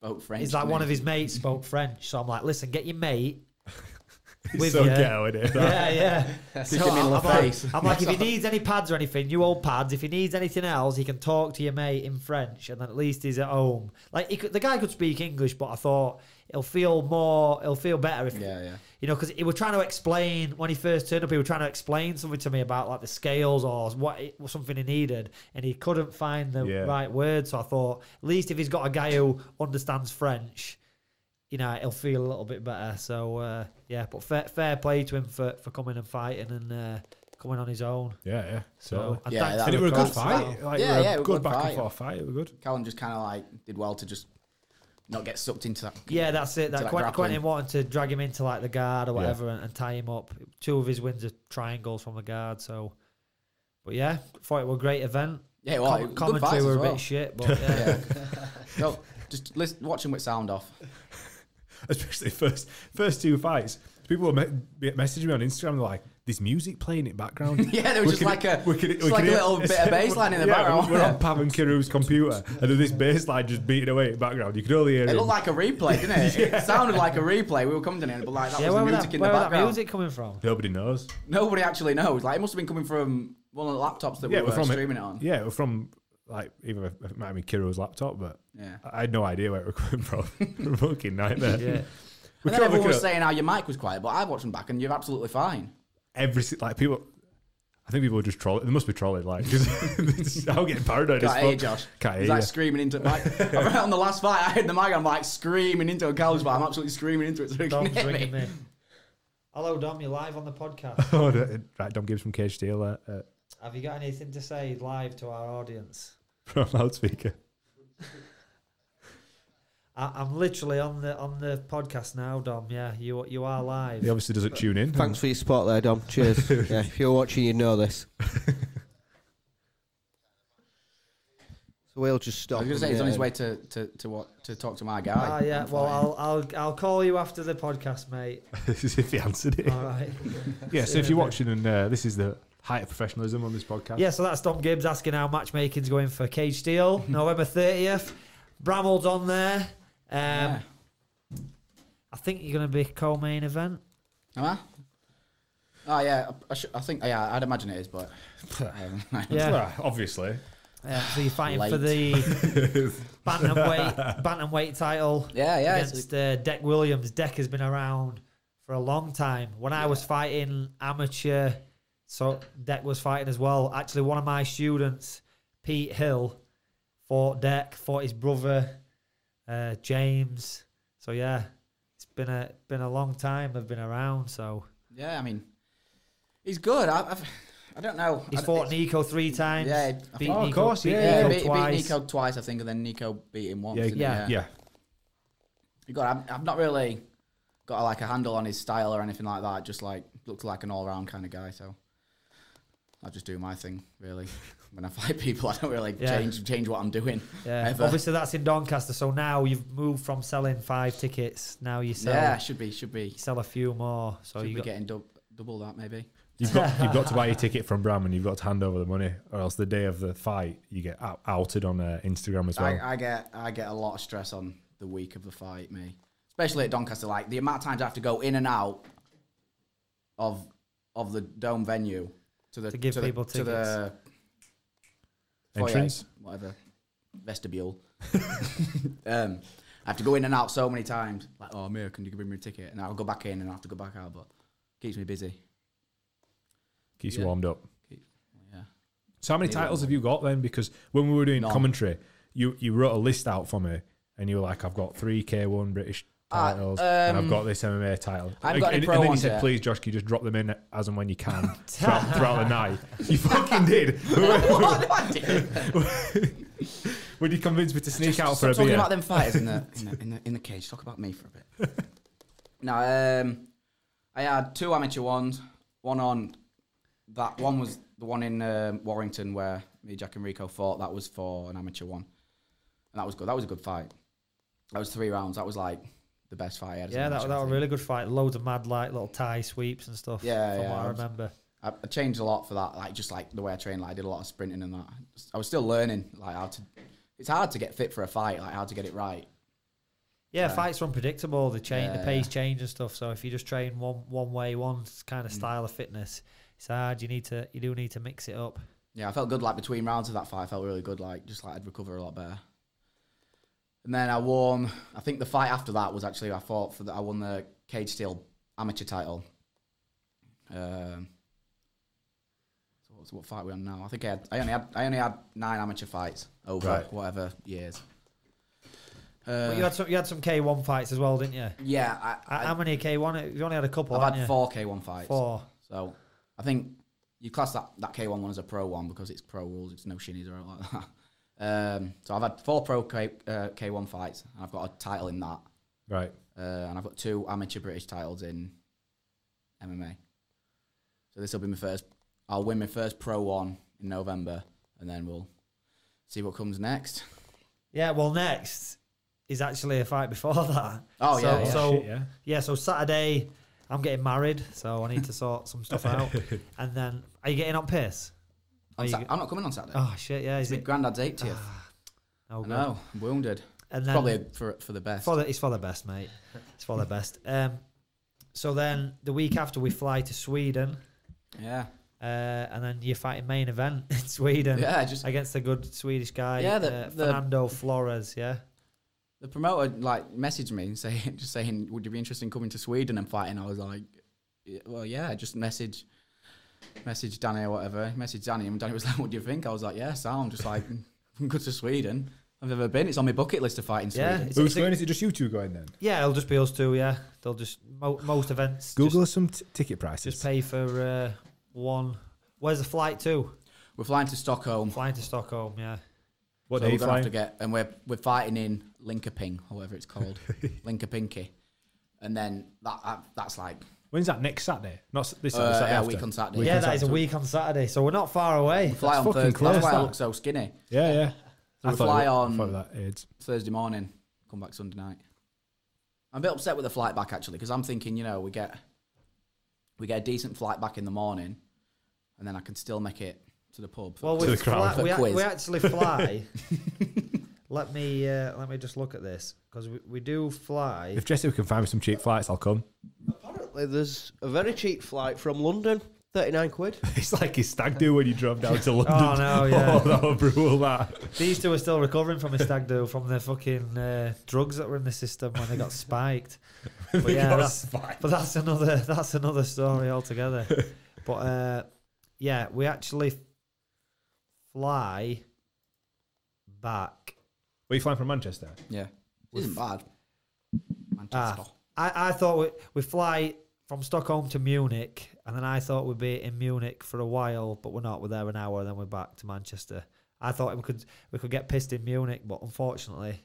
C: boat French.
B: is like
C: didn't
B: one
C: he?
B: of his mates spoke French. So I'm like, listen, get your mate.
A: It's
B: with
A: so
B: you.
A: ghetto, isn't it? That-
B: Yeah, yeah.
C: him in
B: I'm,
C: the
B: I'm like-
C: face.
B: I'm like, if he needs any pads or anything, you old pads. If he needs anything else, he can talk to your mate in French, and then at least he's at home. Like he could, the guy could speak English, but I thought it'll feel more, it'll feel better if
C: Yeah, yeah.
B: you know, because he was trying to explain when he first turned up. He was trying to explain something to me about like the scales or what it, was something he needed, and he couldn't find the
A: Yeah.
B: right word. So I thought, at least if he's got a guy who understands French, you know, he'll feel a little bit better. So uh, yeah, but fair, fair play to him for, for coming and fighting and uh, coming on his own.
A: yeah, yeah. So,
B: So and
C: Yeah,
B: thanks
C: that
A: and it
C: was
A: were a
C: close
A: good
C: to
A: fight.
C: that.
A: Like,
C: Yeah,
A: it were a
C: yeah, it was
A: good
C: a good
A: back and
C: fight.
A: forth fight. It were good.
C: Callum just kind of like did well to just not get sucked into that.
B: Yeah, that's it. That Quentin,
C: like grappling.
B: Quentin wanted to drag him into like the guard or whatever and, and tie him up. Two of his wins are triangles from the guard. So, but yeah, thought it was a great event.
C: Yeah, well,
B: Com-
C: it was good
B: commentary
C: fights as
B: were a
C: well.
B: bit shit, but yeah.
C: Yeah. no, just listen, watch him with sound off.
A: Especially first first two fights. People were me- messaging me on Instagram. They're like, "There's music playing in background."
C: Yeah, there was just like a-
A: we could-
C: just
A: we
C: like
A: could
C: a
A: hear-
C: little bit of bass line in the
A: Yeah,
C: background,
A: We're on
C: wasn't
A: Pav and Kiru's computer, and there's this bass line just beating away in the background. You could only hear
C: It
A: him.
C: looked like a replay, didn't it? It sounded like a replay. We were coming to it, but like that
B: yeah,
C: was
B: where
C: the
B: was
C: music
B: that,
C: in the
B: where was that
C: background.
B: music coming from?
A: Nobody knows.
C: Nobody actually knows. Like it must have been coming from one of the laptops that
A: yeah,
C: we
A: we're
C: were
A: from
C: streaming it, on.
A: Yeah, we're from like even if it might have been Kiru's laptop, but
C: Yeah.
A: I I had no idea where it was coming from. Fucking nightmare.
B: Yeah,
A: We
C: and then
A: can't look
C: everyone
A: it
C: was
A: up.
C: saying how your mic was quiet, but I watched them back and you're absolutely fine.
A: every si- like people. I think people were just trolling. They must be trolling, like because I'm getting paranoid. as
C: Can't hear you,
A: fuck.
C: Josh.
A: Can't
C: He's
A: hear
C: like
A: you.
C: screaming into the mic. I remember on the last fight, I heard the mic. I'm like screaming into a cow's but I'm absolutely screaming into it. So it can
B: Dom's
C: hear me.
B: ringing me. Hello, Dom. You're live on the podcast.
A: Oh, no, right, Dom Gibbs from Cage Steel uh, uh,
B: Have you got anything to say live to our audience?
A: from loudspeaker.
B: I, I'm literally on the on the podcast now, Dom. Yeah, you you are live.
A: He obviously doesn't tune in.
E: Thanks for your support there, Dom. Cheers. yeah, if you're watching, you know this. so we'll just
C: I
E: stop.
C: was gonna
E: and,
C: say he's on his
E: uh,
C: way to to to what to talk to my guy.
B: Ah, yeah. Well,
C: Unfortunately.
B: I'll I'll I'll call you after the podcast, mate.
A: As if he answered it.
B: All right.
A: yeah. So if you're watching, and uh, this is the height of professionalism on this podcast.
B: Yeah, so that's Dom Gibbs asking how matchmaking's going for Cage Steel, November 30th. Bramall's on there. Um,
C: Yeah.
B: I think you're going to be co-main event.
C: Am I? Oh yeah, I, I, should, I think yeah, I'd imagine it is, but um,
B: Yeah.
A: Well, obviously.
B: Um, so you're fighting for the
C: Late.
B: bantamweight bantamweight title
C: yeah, yeah, it's-
B: against uh, Deck Williams. Deck has been around for a long time. When I was fighting amateur, so Deck was fighting as well. Actually, one of my students, Pete Hill, fought Deck, fought his brother, uh, James. So yeah, it's been a been a long time. They've been around. So
C: yeah. I mean, he's good. I, I've, I don't know.
B: he's
C: I,
B: fought Nico three times.
C: Yeah,
B: beat
A: Oh, of
B: Nico,
A: course,
B: beat
A: yeah,
B: Nico
C: yeah, beat, beat
B: twice.
C: Nico twice, I think, and then Nico beat him once.
A: Yeah,
C: didn't he?
B: yeah.
A: Yeah.
C: You got. I've, I've not really got like a handle on his style or anything like that. Just like looks like an all-round kind of guy. So I just do my thing really. when I fight people, I don't really
B: Yeah.
C: change change what I'm doing.
B: Yeah,
C: ever.
B: obviously that's in Doncaster. So now you've moved from selling five tickets. Now you sell
C: yeah, should be should be
B: you sell a few more. So
C: should
B: you
C: be
B: got,
C: getting dub- double that maybe.
A: You've got you've got to buy your ticket from Bram, and you've got to hand over the money, or else the day of the fight you get out- outed on uh, Instagram as well.
C: I, oh, I get I get a lot of stress on the week of the fight, me. Especially at Doncaster, like the amount of times I have to go in and out of of the dome venue to the
B: To give
C: the-
B: people
C: to the foyer,
A: Entrance?
C: whatever vestibule. um, I have to go in and out so many times. Like, oh, Mir, can you bring me a ticket? And I'll go back in and I have to go back out, but keeps me busy.
A: Keeps you
C: Yeah.
A: warmed up.
C: Yeah.
A: So how many
C: Maybe
A: titles
C: one
A: have you got then? Because when we were doing
C: None.
A: commentary, you you wrote a list out for me, and you were like, "I've got three K1 British
C: Ah,
A: titles, and I've
C: um,
A: got this MMA title."
C: I haven't
A: and,
C: got any
A: and
C: pro
A: then you
C: ones
A: said,
C: yet.
A: "Please, Josh, can you just drop them in as and when you can throughout, throughout the night?" You fucking did.
C: what? No, I didn't.
A: when you convinced me to sneak out for
C: Stop
A: a
C: talking
A: beer,
C: about them fighters in the, in the in the in the cage. Talk about me for a bit. no, um, I had two amateur ones. One on that one was the one in um Warrington where me, Jack, and Rico fought. That was for an amateur one. and that was good. That was a good fight. That was three rounds. That was like the best fight I had. as a
B: Yeah, that,
C: match, I
B: that was a
C: think.
B: really good fight. Loads of mad like little tie sweeps and stuff.
C: Yeah,
B: from
C: yeah,
B: what I
C: abs-
B: remember.
C: I, I changed a lot for that. Like just like the way I trained, like I did a lot of sprinting and that. I was still learning like how to. It's hard to get fit for a fight, like how to get it right.
B: Yeah,
C: Yeah.
B: fights are unpredictable. The change,
C: Yeah,
B: the pace
C: yeah.
B: change and stuff. So if you just train one one way, one
C: Mm.
B: kind of style of fitness, it's hard. You need to, you do need to mix it up.
C: Yeah, I felt good like between rounds of that fight. I felt really good, like just like I'd recover a lot better. And then I won. I think the fight after that was actually I fought for. The, I won the cage steel amateur title. Um, so what's what fight we on now? I think I had. I only had. I only had nine amateur fights over
A: Right.
C: whatever years.
B: But you
C: Uh,
B: had some, you had some K one fights as well, didn't you?
C: yeah, I,
B: How- How many K one? You've only had a couple.
C: I've
B: haven't
C: had
B: you?
C: four K one fights.
B: Four.
C: So I think you class that, that K1 one as a pro one because it's pro rules, it's no shinnies or anything like that. Um, so I've had four pro K, uh, K1 fights, and I've got a title in that.
A: Right.
C: Uh, and I've got two amateur British titles in MMA. So this will be my first, I'll win my first pro one in November, and then we'll see what comes next.
B: Yeah. Well, next is actually a fight before that.
C: Oh,
B: So-
C: yeah. yeah.
B: so-
A: Shit, yeah.
B: Yeah. So Saturday, I'm getting married, so I need to sort some stuff out. And then, are you getting on piss?
C: On
B: you
C: Sa-
B: go-
C: I'm not coming on Saturday.
B: Oh shit! Yeah.
C: it's
B: Is
C: my
B: it?
C: granddad's 80th.
B: Ah, oh,
C: I
B: God.
C: know, I'm wounded.
B: And then
C: Probably for, for the best.
B: For the, it's for the best, mate. It's for the best. Um, so then the week after we fly to Sweden,
C: yeah.
B: uh, and then you're fighting main event in Sweden
C: Yeah, just
B: against a good Swedish guy,
C: Yeah, the-
B: uh,
C: the-
B: Fernando Flores. Yeah,
C: The promoter like messaged me and saying, just saying, would you be interested in coming to Sweden and fighting? I was like, "Yeah, well, yeah, just message, message Danny or whatever. Message Danny and Danny was like, what do you think? I was like, yeah, sound. Just like, good to Sweden. I've never been. It's on my bucket list to fight in
B: yeah,
C: Sweden.
B: it's-
A: Who's
B: it's a-
A: going? Is it just you two going then?
B: yeah. It'll just be us two. Yeah, they'll just mo- most events
A: Google some t- ticket prices.
B: just, just pay for uh, one. Where's the flight to?
C: We're flying to Stockholm.
B: Flying to Stockholm. Yeah,
A: what
C: so
A: day
C: we're
A: you
C: gonna have
A: flying?
C: to get, and we're we're fighting in Linkoping, however it's called, Linkopinky, and then that, that that's like
A: When's that? Next Saturday? Not s- this Saturday.
C: uh,
A: Saturday
C: yeah,
A: after.
C: week on Saturday.
A: Week
B: yeah.
A: on
B: That is a
A: Saturday.
B: week on Saturday, so we're not far away.
C: fly on
A: fucking
C: Thursday.
A: close,
C: That's why I
A: that.
C: look so skinny.
A: Yeah, yeah.
C: So we
A: I thought
C: fly
A: it-
C: on-
A: I thought that aids.
C: Thursday morning, come back Sunday night. I'm a bit upset with the flight back actually because I'm thinking, you know, we get we get a decent flight back in the morning, and then I can still make it to the pub. for-
B: Well,
A: To
B: we,
A: the crowd.
B: fly, we,
C: For
B: ac-
C: quiz.
B: we actually fly. let me uh, let me just look at this because we, we do fly.
A: If Jessica can find me some cheap flights, I'll come.
E: Apparently, there's a very cheap flight from London, 39 quid.
A: It's like his stag do when you drove down to London.
B: Oh no, yeah.
A: Oh, that was brutal. That.
B: These two are still recovering from a stag do from the fucking uh, drugs that were in the system when they got spiked. But yeah, that's, but that's another that's another story altogether. but uh, yeah, we actually fly back.
A: Were you flying from Manchester?
C: yeah, it isn't bad. Manchester.
B: Ah, I, I thought we, we fly from Stockholm to Munich, and then I thought we'd be in Munich for a while, but we're not. We're there an hour, and then we're back to Manchester. I thought we could we could get pissed in Munich, but unfortunately,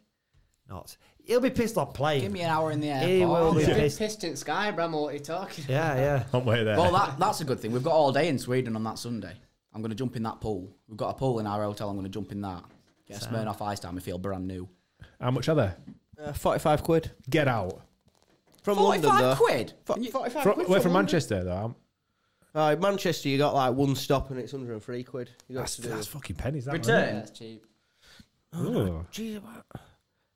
B: not. He'll be pissed on
C: Give
B: plane.
C: me an hour in the airport.
B: He will be
D: You've been
B: pissed.
D: pissed in sky, Bram. What are you talking?
B: Yeah, yeah.
A: On way there.
C: Well, that, that's a good thing. We've got all day in Sweden on that Sunday. I'm going to jump in that pool. We've got a pool in our hotel. I'm going to jump in that. Get a Smirnoff Ice down. I feel brand new.
A: How much are they?
E: Uh, 45 quid.
A: Get out.
E: From London, though.
C: Forty-five quid.
E: Fo-
C: You-
E: 45
A: From,
E: quid
A: we're from
E: London.
A: Manchester, though. I'm-
E: Uh, Manchester, you got like one stop and it's 103 quid. You got
A: That's,
E: to do
A: that's fucking pennies. That
D: Return. That's cheap.
B: Oh.
A: Ooh.
E: Jeez,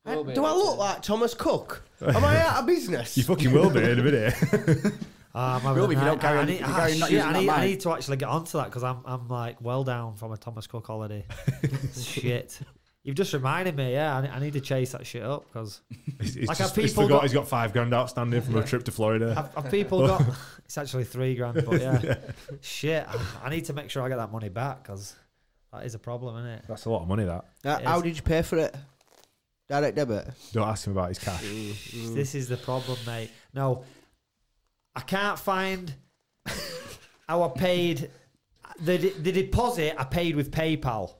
E: I,
D: Will be
E: do I
D: able
E: look like Thomas Cook? Am I out of business?
A: You fucking will be in a minute.
B: Ah, I'm having
C: Ruby,
B: a
C: if you
B: night-
C: don't carry
B: I
C: on-
B: need-
C: if you
B: ah,
C: carry on not
B: shit,
C: using
B: I
C: that
B: need- I
C: mic.
B: need to actually get onto that because I'm I'm like well down from a Thomas Cook holiday. shit. You've just reminded me, yeah. I, I need to chase that shit up because
A: He's, he's
B: Like,
A: just,
B: have
A: he's
B: people
A: forgot
B: got-
A: he's got five grand outstanding from a trip to Florida.
B: Have, have people got? It's actually three grand, but yeah, shit. I- I need to make sure I get that money back because that is a problem, isn't it?
A: That's a lot of money. That.
E: Uh,
B: Yes.
E: how did you pay for it? Direct debit.
A: Don't ask him about his cash.
E: Mm.
B: This is the problem, mate. No, I can't find how I paid the de- the deposit. I paid with PayPal.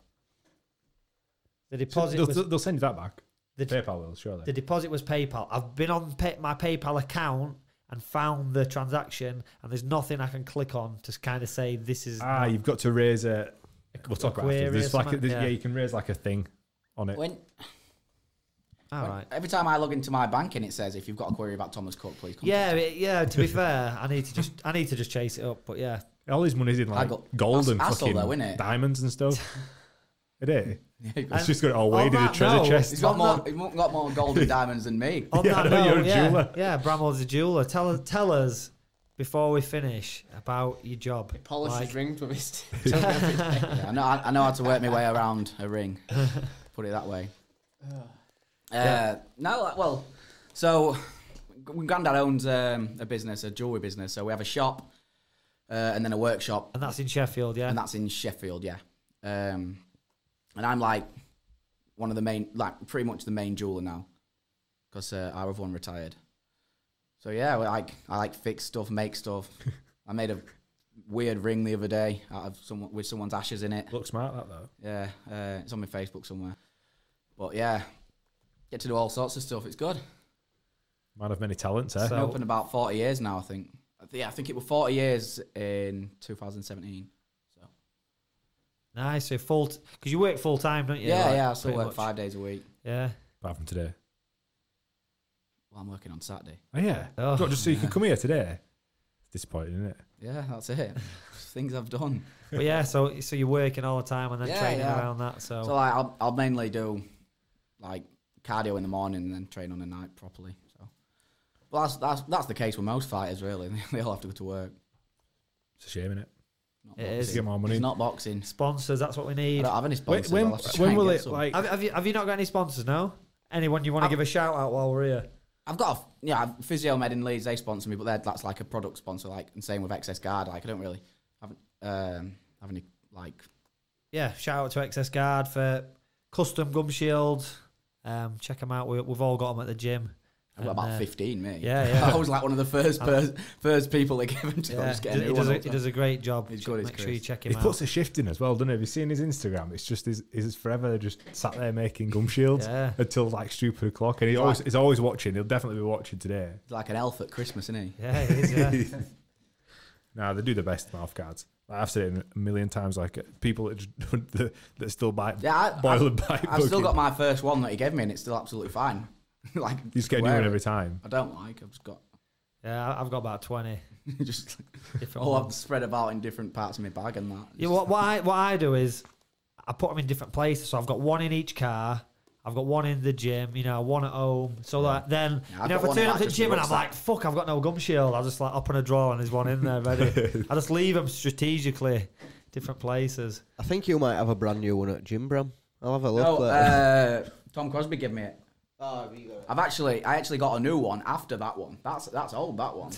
B: The
A: So
B: deposit
A: they'll,
B: was
A: they'll- they'll send you that back.
B: the,
A: PayPal will surely.
B: the deposit was PayPal. I've been on pay- my PayPal account and found the transaction, and there's nothing I can click on to kind of say this is
A: ah, you've got to raise a. We'll talk about it.
B: query
A: after.
B: or
A: There's like a,
B: something,
A: there's, yeah.
B: yeah.
A: you can raise like a thing on it.
C: When
B: All
C: When-
B: right.
C: Every time I log into my banking, it says if you've got a query about Thomas Cook, please. Contact
B: Yeah, it- yeah. To be fair, I need to just I need to just chase it up. But yeah,
A: All his money's in like
C: got-
A: gold
C: that's
A: and
C: hassle
A: fucking
C: though, innit?
A: diamonds and stuff. it is.
C: Yeah,
A: He's just got it all
B: on
A: weighed in a
B: that
A: treasure
B: note-
A: chest.
C: He's got
B: On
C: more.
B: that-
C: He's got more gold and diamonds than me.
B: on
A: Yeah, I
B: that
A: know,
B: note,
A: you're a
B: yeah,
A: jeweler.
B: yeah, Bramwell's a jeweler. Tell us, tell us before we finish about your job.
D: He polishes
B: Like,
D: rings with his.
C: Yeah, I know. I, I know how to work my way around a ring. Put it that way. Uh, No, uh, well, so g- granddad owns um, a business, a jewelry business. So we have a shop uh, and then a workshop,
B: and that's in Sheffield. Yeah,
C: and that's in Sheffield. Yeah, um, and I'm like one of the main, like pretty much the main jeweler now, because uh, our other one retired. So yeah, we like I like fix stuff, make stuff. I made a weird ring the other day out of someone with someone's ashes in it.
A: Looks smart, that though.
C: Yeah, uh, it's on my Facebook somewhere. But yeah, get to do all sorts of stuff. It's good.
A: Man of many talents, eh?
B: So-
C: Been open about 40 years now, I think. I thi- Yeah, I think it was 40 years in 2017.
B: nice. So full because you work full time, don't you?
C: Yeah,
B: Like,
C: yeah, I still
B: pretty
C: work
B: much.
C: five days a week.
B: Yeah.
A: Apart from today.
C: Well, I'm working on Saturday.
A: Oh, yeah.
B: Oh.
A: Not just so you could come here today. It's disappointing, isn't it?
C: Yeah, that's it. Things I've done.
B: But yeah, so so you're working all the time and then
C: Yeah,
B: training
C: yeah.
B: around that.
A: Oh.
B: So,
C: So like, I'll, I'll mainly do like cardio in the morning and then train on the night properly. So, well, that's that's that's the case with most fighters really. they all have to go to work.
A: It's a shame, isn't it?
C: Not
B: It
C: boxing.
B: is.
A: To get more money.
C: It's not boxing.
B: sponsors, that's what we
C: I
B: need.
C: don't have any
A: When,
C: sponsors.
A: when,
C: I'll have to try
A: when
C: and
A: will
C: get
A: it,
C: some.
A: like,
B: Have, have you have you not got any sponsors? No. Anyone you want to
C: I've-
B: give a shout out while we're here?
C: I've got a, f- yeah, I've- PhysioMed in Leeds. They sponsor me, but they're- that's like a product sponsor, like and same with Excess Guard. Like I don't really haven't um, have any like
B: Yeah, shout out to Excess Guard for custom gum shields. Um, check them out. We, we've all got them at the gym.
C: I've got
B: And,
C: about
B: uh,
C: fifteen, me.
B: yeah, yeah.
C: I was like one of the first
A: Uh,
C: pers- first people that gave them to. I'm
B: Yeah,
C: just
B: he,
C: getting
B: does- he does a, he does a great job.
C: He's good, he's
B: Make sure
C: great.
B: you check him
A: he
B: out.
A: puts a shift in as well, doesn't he? Have you seen his Instagram? It's just his, his forever just sat there making gum shields
B: Yeah.
A: until like stupid o'clock. And he always, he's always watching. He'll definitely be watching today.
C: like an elf at Christmas, isn't he?
B: yeah, he is, yeah.
A: Nah, they do the best mouth guards. Like, I've said it a million times. Like people that, just, that still bite
C: Yeah, I,
A: boil
C: I've,
A: and bite.
C: I've still
A: fucking-
C: got my first one that he gave me, and it's still absolutely fine. like
A: You just get a new
C: wear
A: one
C: it.
A: every time.
C: I don't like. I've just got
B: yeah, I- I've got about twenty
C: just
B: different
C: all
B: ones.
C: I've spread about in different parts of my bag and that.
B: Yeah, what, what I what I do is I put them in different places. So I've got one in each car. I've got one in the gym. You know, one at home. So that then
C: Yeah,
B: you
C: I've
B: know,
C: got
B: if I
C: one
B: turn
C: that
B: up to the
C: just
B: gym and I'm
C: looks
B: like, fuck, I've got no gum shield. I just like open a drawer and there's one in there ready. I just leave them strategically, different places.
E: I think you might have a brand new one at Jim Bram. I'll have a look.
C: No,
E: later.
C: uh, Tom Crosby gave me it.
E: oh, have you got it?
C: I've actually, I actually got a new one after that one. That's that's old. That one.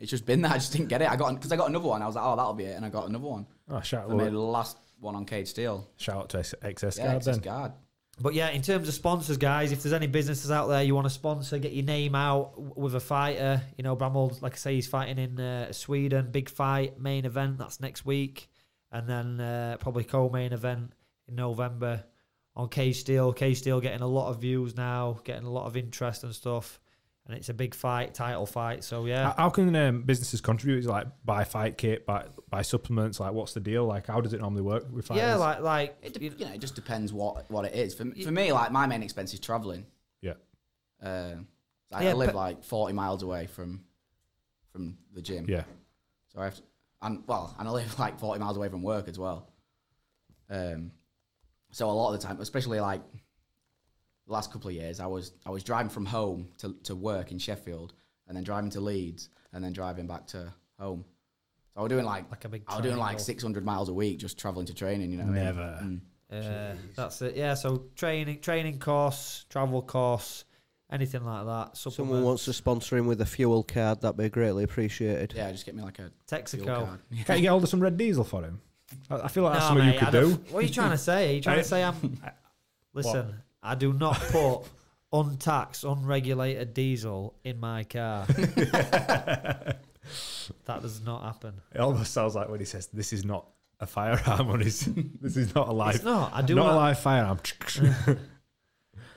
C: It's just been there. I just didn't get it. I got because I got another one. I was like, oh, that'll be it, and I got another one.
A: Oh, shout,
C: I made
A: out,
C: the last one on Cage Steel.
A: shout out to X- XS
C: Yeah,
A: Guard
C: it's just
A: then.
C: guard.
B: But yeah, in terms of sponsors, guys, if there's any businesses out there you want to sponsor, get your name out w- with a fighter. You know, Bramwell, like I say, he's fighting in uh, Sweden. Big fight, main event, that's next week. And then uh, probably co main event in November on K Steel. K Steel getting a lot of views now, getting a lot of interest and stuff. And it's a big fight, title fight. So yeah.
A: How- How can um, businesses contribute? Is it, like buy fight kit, buy, buy supplements. Like, what's the deal? Like, how does it normally work with fighters?
B: yeah, like, like,
C: It de- you know, it just depends what what it is. For, m- for me, like my main expense is traveling.
A: yeah.
C: Uh, like,
B: Yeah,
C: I live
B: but-
C: like forty miles away from from the gym.
A: yeah.
C: So I have to, and well, and I live like 40 miles away from work as well. Um, so a lot of the time, especially like the last couple of years, I was I was driving from home to, to work in Sheffield, and then driving to Leeds, and then driving back to home. So I was doing like,
B: Like a big
C: I was doing like
B: triangle.
C: 600 miles a week just traveling to training. You know, what I mean?
A: Never.
C: Mm.
B: Uh, that's it. Yeah, so training, training costs, travel costs, anything like that.
E: Someone wants to sponsor him with a fuel card. That'd be greatly appreciated.
C: Yeah, just get me like a fuel
B: Texaco.
C: card. Yeah.
A: Can't you get hold of some red diesel for him? I, I feel like that's
B: No,
A: something
B: mate,
A: you
B: I
A: could
B: don't-
A: do.
B: What are you trying to say? Are you trying to say I'm? I- listen, I do not put untaxed, unregulated diesel in my car. that does not happen.
A: It almost sounds like when he says, "This is not a firearm," or "This this is not a
B: It's
A: live,
B: not. I do
A: not a
B: not.
A: live firearm."
B: No,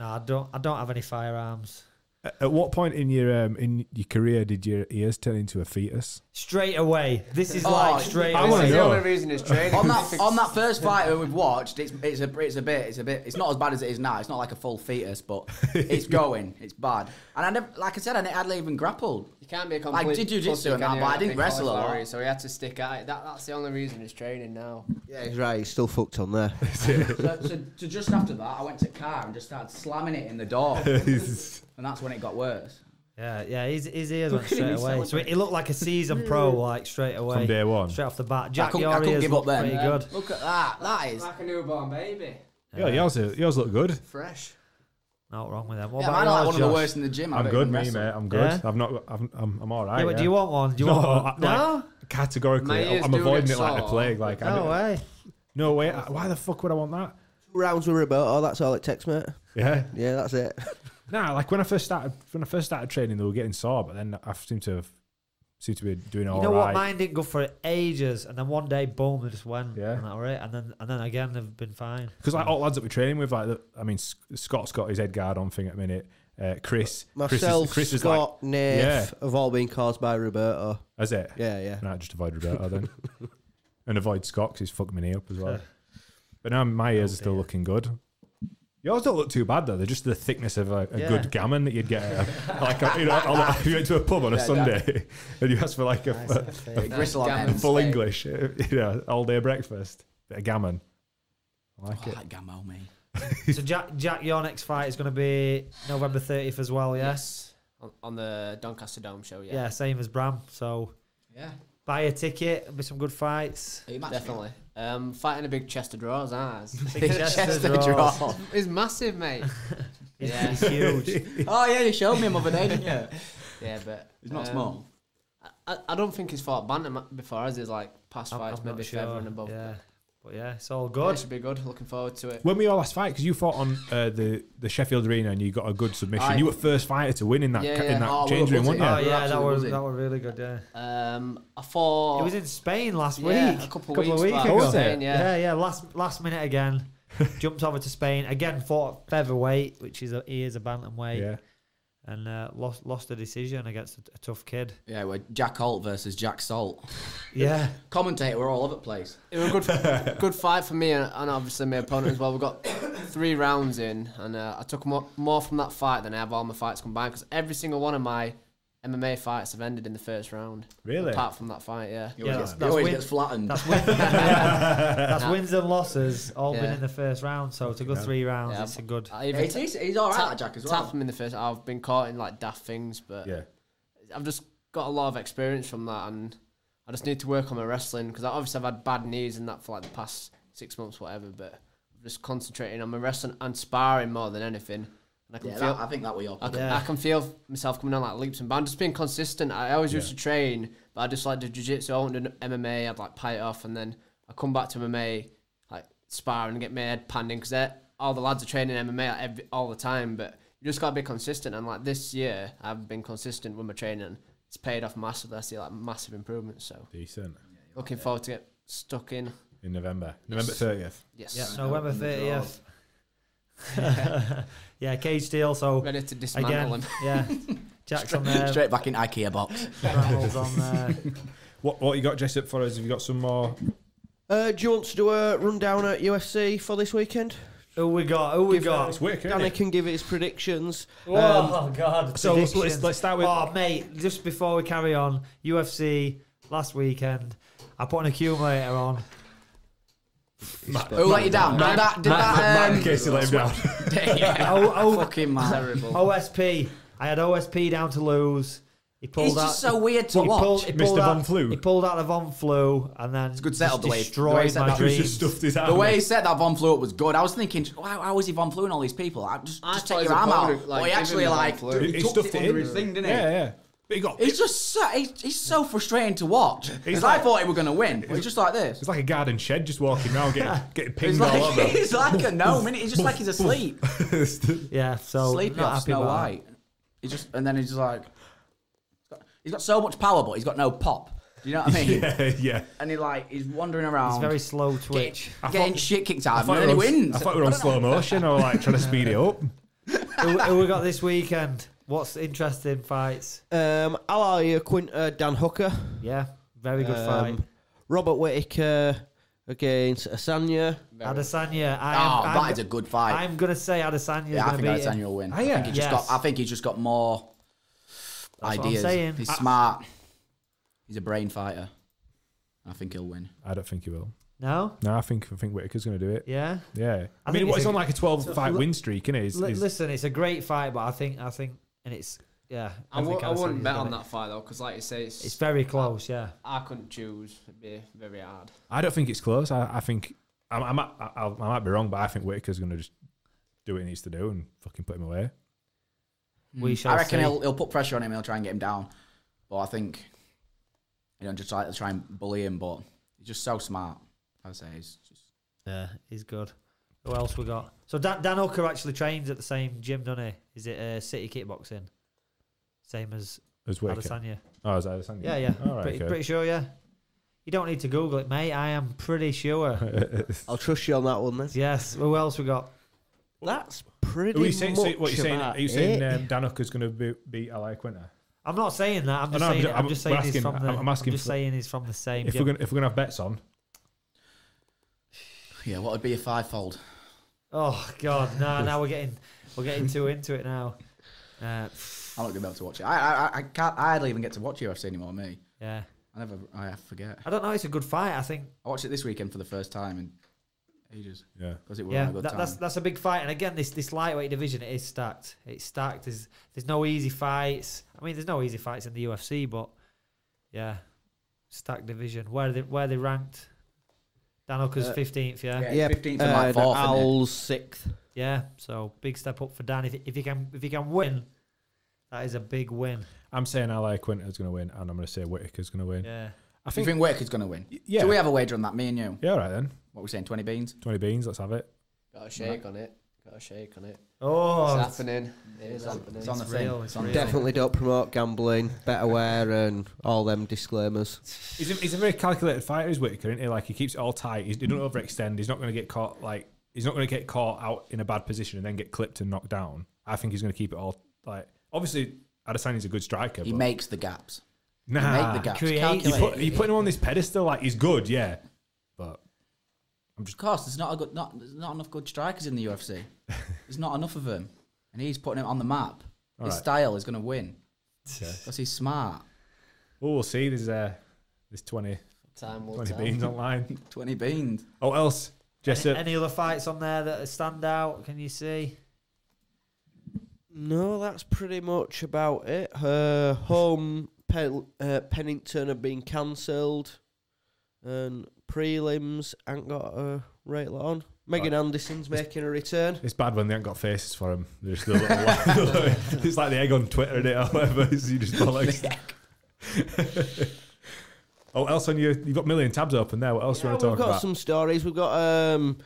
B: I don't. I don't have any firearms.
A: At at what point in your um, in your career did your ears turn into a fetus?
B: Straight away. This is
C: Oh,
B: like straight
A: I
D: I
A: wanna
B: away.
D: want to
A: know.
D: The only reason is training.
C: on that on that first fight that we've watched, it's it's a it's a bit it's a bit it's not as bad as it is now. It's not like a full fetus, but it's going. It's bad. And I never, like I said, I ne- hardly even grappled.
D: You can't be a complete.
C: did jiu-jitsu
D: pussy,
C: and
D: can
C: that,
D: you?
C: but I
D: I
C: didn't
D: think
C: wrestle a
D: Alex
C: lot.
D: Lowry, So he had to stick at it. That, that's the only reason he's training now.
E: Yeah, he's right. He's still fucked on there.
C: so, so, so just after that, I went to car and just started slamming it in the door, and that's when it got worse.
B: Yeah, yeah, his, his ears went
D: Look at
B: straight
D: him, he's
B: away. So he looked like a season pro, like straight away.
A: From day one.
B: Straight off the bat. Jack,
C: I couldn't,
B: your
C: I couldn't
B: ears
C: give up
B: looked
C: then.
B: pretty
C: Yeah.
B: good.
C: Look at that. That is
D: Like a newborn baby.
A: Yeah, yours yours look good.
D: Fresh.
B: Not wrong with them. What
C: yeah,
B: about
C: mine are like
B: yours,
C: one of the
B: Josh?
C: worst in the gym. I
A: I'm
C: don't
A: good,
C: even
A: me
C: wrestle.
A: mate. I'm good.
B: Yeah?
A: I've not. I've, I'm I'm all right.
B: Yeah, but do you want one? Do you
A: No,
B: want one?
A: I-
B: no?
A: Categorically,
D: My
A: I-
D: ears
A: I'm
D: doing
A: avoiding
D: it
A: it like the
D: so-
A: plague. Like, I
B: No
A: don't-
B: way.
A: no way. I- Why the fuck would I want that?
E: Rounds with Roberto. That's all it takes, mate.
A: Yeah,
E: Yeah, that's it.
A: Nah, like when I first started, when I first started training, they were getting sore, but then I seem to have seem to be doing all
B: You
A: right.
B: know what? Mine didn't go for ages, and then one day, boom, it just went.
A: Yeah.
B: and that were it. And then, and then again, they've been fine.
A: Because like all the lads that we're training with, like the, I mean, S- Scott's got his head guard on thing at the minute. Uh, Chris,
E: Myself,
A: Chris is, Chris is like,
E: Scott, Nath
A: Yeah.
E: have all been caused by Roberto.
A: is it?
E: Yeah, yeah.
A: Nah, just avoid Roberto then, and avoid Scott because he's fucked my knee up as well. But now my ears are still
B: dear.
A: looking good. Yours don't look too bad though. They're just the thickness of a, a
B: Yeah.
A: good gammon that you'd get. at a- like a, you know, on a- if you went to a pub on a
C: Yeah,
A: Sunday and you asked for like a,
B: Nice
A: a-
B: and
C: Bit
B: thick.
C: of gristle on
D: Gammon.
C: them.
A: full
D: Steak.
A: English, uh, you know, all day breakfast, bit of gammon. I like
C: Oh,
A: it.
C: that gammo, mate.
B: so, Jack, Jack, your next fight is going to be November 30th as well. Yeah?
D: Oh, Yes. On, on the Doncaster Dome show.
B: yeah, same as Bram. So,
D: Yeah.
B: buy a ticket. There'll be some good fights.
C: Are you matching
D: Definitely. Um, fighting a big chest of draws, ours.
C: it? Big
B: Chester
C: chest
B: draws.
C: draw.
D: It's massive, mate.
B: Yeah.
D: yeah,
B: It's huge.
C: Oh yeah, you showed me him other day, didn't you?
D: yeah, but
C: He's not
D: um,
C: small.
D: I, I don't think he's fought bantam before, as he's like past
B: I'm,
D: fights,
B: I'm
D: maybe
B: not
D: sure.
B: sure.
D: and above.
B: Yeah. But yeah, it's all
D: Yeah, it
B: good.
D: should be good. Looking forward to it.
A: When we your last fight? Because you fought on uh, the the Sheffield Arena and you got a good submission.
C: Aye.
A: You were first fighter to win in that
D: Yeah,
A: ca-
D: yeah.
A: in that
C: Oh, we
A: change
C: were
A: room, weren't you?
C: buzzing.
B: oh
C: Yeah,
B: yeah, that
C: absolutely
B: was
C: buzzing.
B: that were really good. Yeah,
D: Um, I fought.
B: it was in Spain last
D: yeah,
B: week.
D: a couple,
B: couple of
D: weeks,
B: weeks
D: back.
B: ago.
A: Was it?
D: Spain, Yeah.
B: yeah, Last last minute again, jumped over to Spain again. Fought featherweight, which is a, he is a bantamweight,
A: Yeah.
B: and uh, lost lost a decision against a, a tough kid.
C: Yeah, we're Jack Holt versus Jack Salt.
B: Yeah,
C: Commentator, we're all over the place.
D: It was a good, good fight for me and, and obviously my opponent as well. We got three rounds in, and uh, I took more, more from that fight than I have all my fights combined because every single one of my MMA fights have ended in the first round.
A: Really?
D: Apart from that fight, yeah.
C: He
B: Yeah, that's-
C: always, gets, he
B: that's
C: always
B: win-
C: gets flattened.
B: that's wins. that's
D: Nah.
B: wins and losses all been
D: Yeah.
B: in the first round. So to go three rounds,
D: Yeah,
B: it's a good.
D: I
C: Yeah,
D: even
C: he's, he's, he's all right,
D: tap-
C: Jack, as
D: tapped
C: well.
D: him in the first. I've been caught in like daft things, but
A: Yeah.
D: I've just got a lot of experience from that, and I just need to work on my wrestling because obviously I've had bad knees and that for like the past six months, whatever. But I'm just concentrating on my wrestling and sparring more than anything. And I can
C: Yeah,
D: feel
C: that, I think that was your
D: I
C: problem.
D: can, I can feel myself coming on like leaps and bounds. Just being consistent. I always used to train, but I just like did jiu-jitsu. I went to MMA. I'd like pie it off, and then I come back to MMA, like spar and get my head pounding because all the lads are training MMA like, every, all the time. But you just gotta be consistent. And like this year, I've been consistent with my training. It's paid off massively. I see like massive improvements. So
A: Decent.
D: looking forward to get stuck in.
A: In November. November 30th.
D: Yes.
B: Yeah, November
C: Open the
B: thirtieth. yeah, cage deal. So
D: Ready to dismantle
B: again,
D: him.
B: yeah, Jack's on there.
C: Straight back in IKEA box.
B: Rambles on there.
A: What what you got dressed up for us? Have you got some more?
E: Uh, do you want to do a rundown at UFC for this weekend?
B: Who we got? Who we got?
A: It's wicked. isn't
E: Danny
A: it?
E: can give his predictions.
B: Oh God!
A: Um, So let's-
B: Predictions.
A: let's start with-
B: Oh mate, just before we carry on, UFC last weekend, I put an accumulator on.
C: Who let you down? Did that? Did
A: Matt-
C: that?
A: Matt
C: Um,
A: Casey let him down.
C: yeah.
B: Oh, oh,
C: Fucking man. Terrible.
B: OSP. I had OSP down to lose. He pulled
C: He's
B: out.
C: just so weird to
B: he
C: watch.
B: pulled, he
A: Mr.
B: pulled
A: Von
B: out,
A: Flew.
B: He pulled out the Von Flu and then it's
C: a good setup, the way- the way he
B: destroyed
C: said
B: my
C: that.
A: He's just
B: dreams.
A: stuffed his arm.
C: the way
A: in.
C: he said that Von Flew up was good. I was thinking, wow, how is he Von Fluing all these people? I just,
D: I
C: just
D: thought
C: take
D: his
C: your arm out.
D: opponent, like,
C: Well, he
D: gave him
C: actually
D: the Von
C: like
D: Flew.
C: he,
A: he
C: tucked
A: stuffed
C: it
A: it
C: under
A: in.
C: his thing, didn't he?
A: yeah, yeah. But he got.
C: He's just so he's, he's so frustrating to watch. Because I
A: like-
C: thought he were gonna win. He's just like this.
A: It's like a garden shed just walking around, getting getting
C: He's
A: pinged all
C: like
A: over.
C: he's like a gnome, innit? He's just like he's asleep,
B: Yeah, so
C: sleepy
B: not
C: off
B: happy
C: Snow
B: about that.
C: White. He just and then he's just like he's got so much power, but he's got no pop. Do you know what I mean?
A: yeah, yeah.
C: And he like he's wandering around.
B: It's very slow twitch.
C: Get-
A: I
C: getting
A: thought-
C: shit kicked out of him,
A: thought
C: and then he
A: we were on-
C: wins.
A: I thought we were on slow motion or like trying to speed it up.
B: who, who we got this weekend? What's interesting fights?
E: Um, Ally Quinter, uh, Dan Hooker.
B: Yeah, very good fight.
E: Um, Robert Whitaker against Asanya.
D: Very-
B: Adesanya. I
C: Oh,
B: am, I'm,
C: that is a good fight.
B: I'm gonna say Adesanya's
C: yeah, I
B: gonna
C: think
B: be.
C: Adesanya will win.
A: Ah,
C: I
A: yeah.
C: think he just
B: Yes.
C: got. I think he's just got more
B: That's what I'm
C: ideas.
B: saying.
C: He's
B: I-
C: smart. He's a brain fighter. I think he'll win.
A: I don't think he will.
B: No.
A: No, I think I think Whitaker's going to do it.
B: Yeah.
A: Yeah, I,
B: I
A: mean,
B: think
A: what,
B: it's
A: it's
B: a-
A: on like a twelve
B: So,
A: fight
B: li-
A: win streak, isn't it? It's,
B: L-
A: it's-
B: listen, it's a great fight, but I think I think and it's yeah.
D: I, w-
B: think
D: I wouldn't
B: Adesanya's
D: bet
B: gonna-
D: on that fight though, because like you say, it's,
B: It's very close. Yeah.
D: I couldn't choose. It'd be very hard.
A: I don't think it's close. I, I think I, I might I, I might be wrong, but I think Whitaker's going to just do what he needs to do and fucking put him away.
B: We shall
C: Hmm. I
B: see.
C: reckon he'll he'll put pressure on him. He'll try and get him down. But I think you know just like to try and bully him. But he's just so smart. I say he's just
B: Yeah, he's good. Who else we got? So Dan, Dan Hooker actually trains at the same gym, doesn't he? Is it uh, City Kickboxing? Same as
A: As Whitaker.
B: Adesanya.
A: Oh, is that Adesanya?
B: Yeah, yeah.
A: All right,
B: pretty,
A: okay.
B: pretty sure, yeah. You don't need to Google it, mate. I am pretty sure.
E: I'll trust you on that one then.
B: yes. Who else we got?
E: That's pretty
A: Are you saying, so
E: much
A: what you're saying?
E: about
A: Are you saying
E: it.
A: um, Dan Hooker's going to be, beat Ali Quinter?
B: I'm not saying that. I'm
A: No,
B: just
A: no, I'm
B: saying.
A: ju-
B: I'm,
A: I'm-
B: just
A: we're
B: saying he's
A: asking-
B: from the.
A: I'm- I'm
B: I'm,
A: asking
B: just
A: for-
B: saying he's from the same.
A: If
B: gym.
A: we're gonna if we're gonna have bets on,
C: yeah. What would be a fivefold?
B: oh God! No, now we're getting we're getting too into it now. Uh,
C: I'm not gonna be able to watch it. I I, I can't. I hardly even get to watch UFC anymore. Me,
B: yeah,
C: I never. I forget.
B: I don't know. It's a good fight. I think
C: I watched it this weekend for the first time in ages
A: yeah.
C: because it was
B: Yeah,
C: a good
B: that,
C: time.
B: that's that's a big fight. And again, this this lightweight division it is stacked. It's stacked. There's there's no easy fights. I mean, there's no easy fights in the UFC, but yeah, stacked division. Where are they where are they ranked? Dan Hooker's
E: Uh,
B: fifteenth. Yeah? yeah,
C: yeah.
E: Yep,
C: 15th and like
E: uh,
C: fourth, isn't it?
E: Owl's sixth.
B: So big step up for Dan. If if he can if he can win, that is a big win.
A: I'm saying Ali Quinter's going to win, and I'm going to say Whitaker's going to win.
B: Yeah,
A: I
C: Do you
A: think.
C: think Work is going to win?
A: y- yeah.
C: Do we have a wager on that? Me and you.
A: yeah. All right then.
C: What are we saying? Twenty beans.
A: Twenty beans. Let's have it.
D: Got a shake on it. Got a shake on it.
B: Oh,
D: it's
B: that's
D: happening. It is
C: It's on-
D: happening.
C: it's on the
B: It's
C: thing.
B: real,
C: It's
B: it's
C: on the
B: real.
C: thing.
E: Definitely don't promote gambling, betterware, and all them disclaimers.
A: He's a, he's a very calculated fighter, is Whitaker, isn't he? Like he keeps it all tight. He's, he doesn't overextend. He's not going to get caught. Like he's not going to get caught out in a bad position and then get clipped and knocked down. I think he's going to keep it all like. Obviously, Adesanya's a good striker.
C: He
A: but
C: makes the gaps.
A: nah,
C: Make the gaps.
B: create-
A: you
C: Calculate.
A: Ah, put you putting him on this pedestal. Like he's good, yeah. But
C: Of course, there's not a good, not there's not enough good strikers in the UFC. there's not enough of them, and he's putting it on the map. His
A: Alright.
C: style is going to win
A: yeah.
C: because he's smart.
A: well, we'll see. There's uh, there's 20,
D: Time will
A: 20
D: tell.
A: beans online.
C: Twenty beans.
A: Oh, else, Jessup.
B: Any other fights on there that stand out? Can you see?
E: No, that's pretty much about it. Her home Pen- uh, Pennington have been cancelled, and prelims ain't got a rate on. Megan Anderson's making a return.
A: It's bad when they haven't got faces for him. They're just a little like, It's like the egg on Twitter and it or whatever. It's- you just don't like- oh, else on your you've got a million tabs open there. What else do you
E: Yeah,
A: want
E: Oh, we've
A: to talk
E: got
A: about?
E: some stories. We've got um,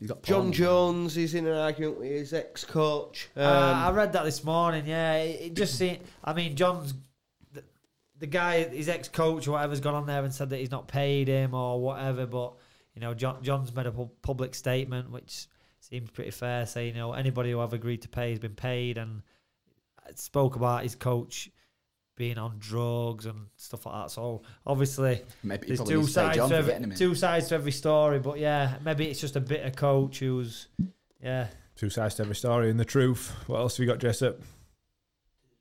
C: He's got
E: John
C: Paul.
E: Jones is in an argument with his ex-coach. Um,
B: uh, I read that this morning. Yeah, it, it just seemed. I mean, John's the, the guy, his ex-coach or whatever's gone on there and said that he's not paid him or whatever. But you know, John, John's made a pub- public statement which seems pretty fair, saying you know anybody who I've agreed to pay has been paid, and spoke about his coach being on drugs and stuff like that. So obviously,
C: Maybe
B: there's
C: probably
B: two
C: needs to pay
B: sides
C: John
B: to
C: for getting him
B: every,
C: in.
B: two sides to every story. But yeah, maybe it's just a bitter coach who's yeah.
A: Two sides to every story and the truth. What else have you got, Jessup?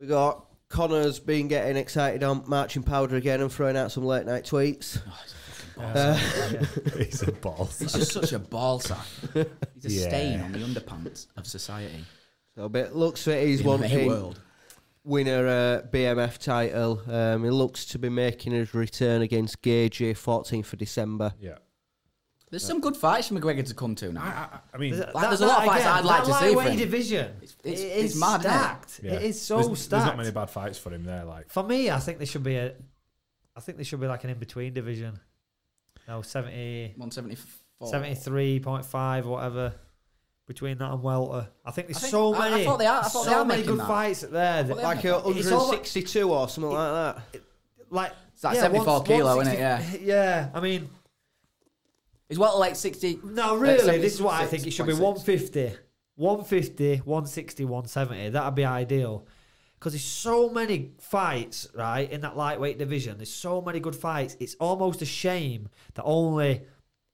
E: we got Connor's been getting excited on marching powder again and throwing out some late night tweets.
C: Oh, he's a fucking ball sack.
B: Uh, yeah.
A: He's a boss.
C: He's just such a ball sack. He's a
A: Yeah.
C: stain on the underpants of society.
E: So, but looks like he's
C: in the
E: wanting
C: world.
E: winner uh, BMF title. Um, he looks to be making his return against Gagey 14th of December.
A: Yeah.
C: There's some good fights for McGregor to come to
A: I,
B: Ah.
C: now.
A: I, I mean,
B: There's-
C: Like, there's a lot of fights
B: again,
C: I'd like
B: that
C: to see for
B: lightweight
C: him.
B: division.
C: It's-
B: it
C: it's-
B: is
C: it's mad, isn't it?
B: stacked.
A: yeah.
B: It is so
A: there's,
B: stacked.
A: There's not many bad fights for him there. Like,
B: For me, I think there should be a. I think there should be like an in between division. No, 70,
C: 174.
B: 73.5 or whatever. Between that and welter, I think there's
C: I think-
B: so
C: I- I
B: many.
C: thought they are- I thought
B: so
C: they are
B: many
C: making
B: good
C: that.
B: fights there. That,
C: they are
B: like,
E: Like a
B: It's all-
E: 162 or something like that.
B: like
C: It's like
B: yeah,
C: 74
B: once-
C: kilo,
B: once
C: isn't it? Yeah.
B: sixty- yeah. I mean,
C: He's what, like 60?
B: no,
C: Uh,
B: really. This is what I
C: 76.6.
B: think it should be: 150, 150, 160, 170. That'd be ideal. Because there's so many fights, right, in that lightweight division. There's so many good fights. It's almost a shame that only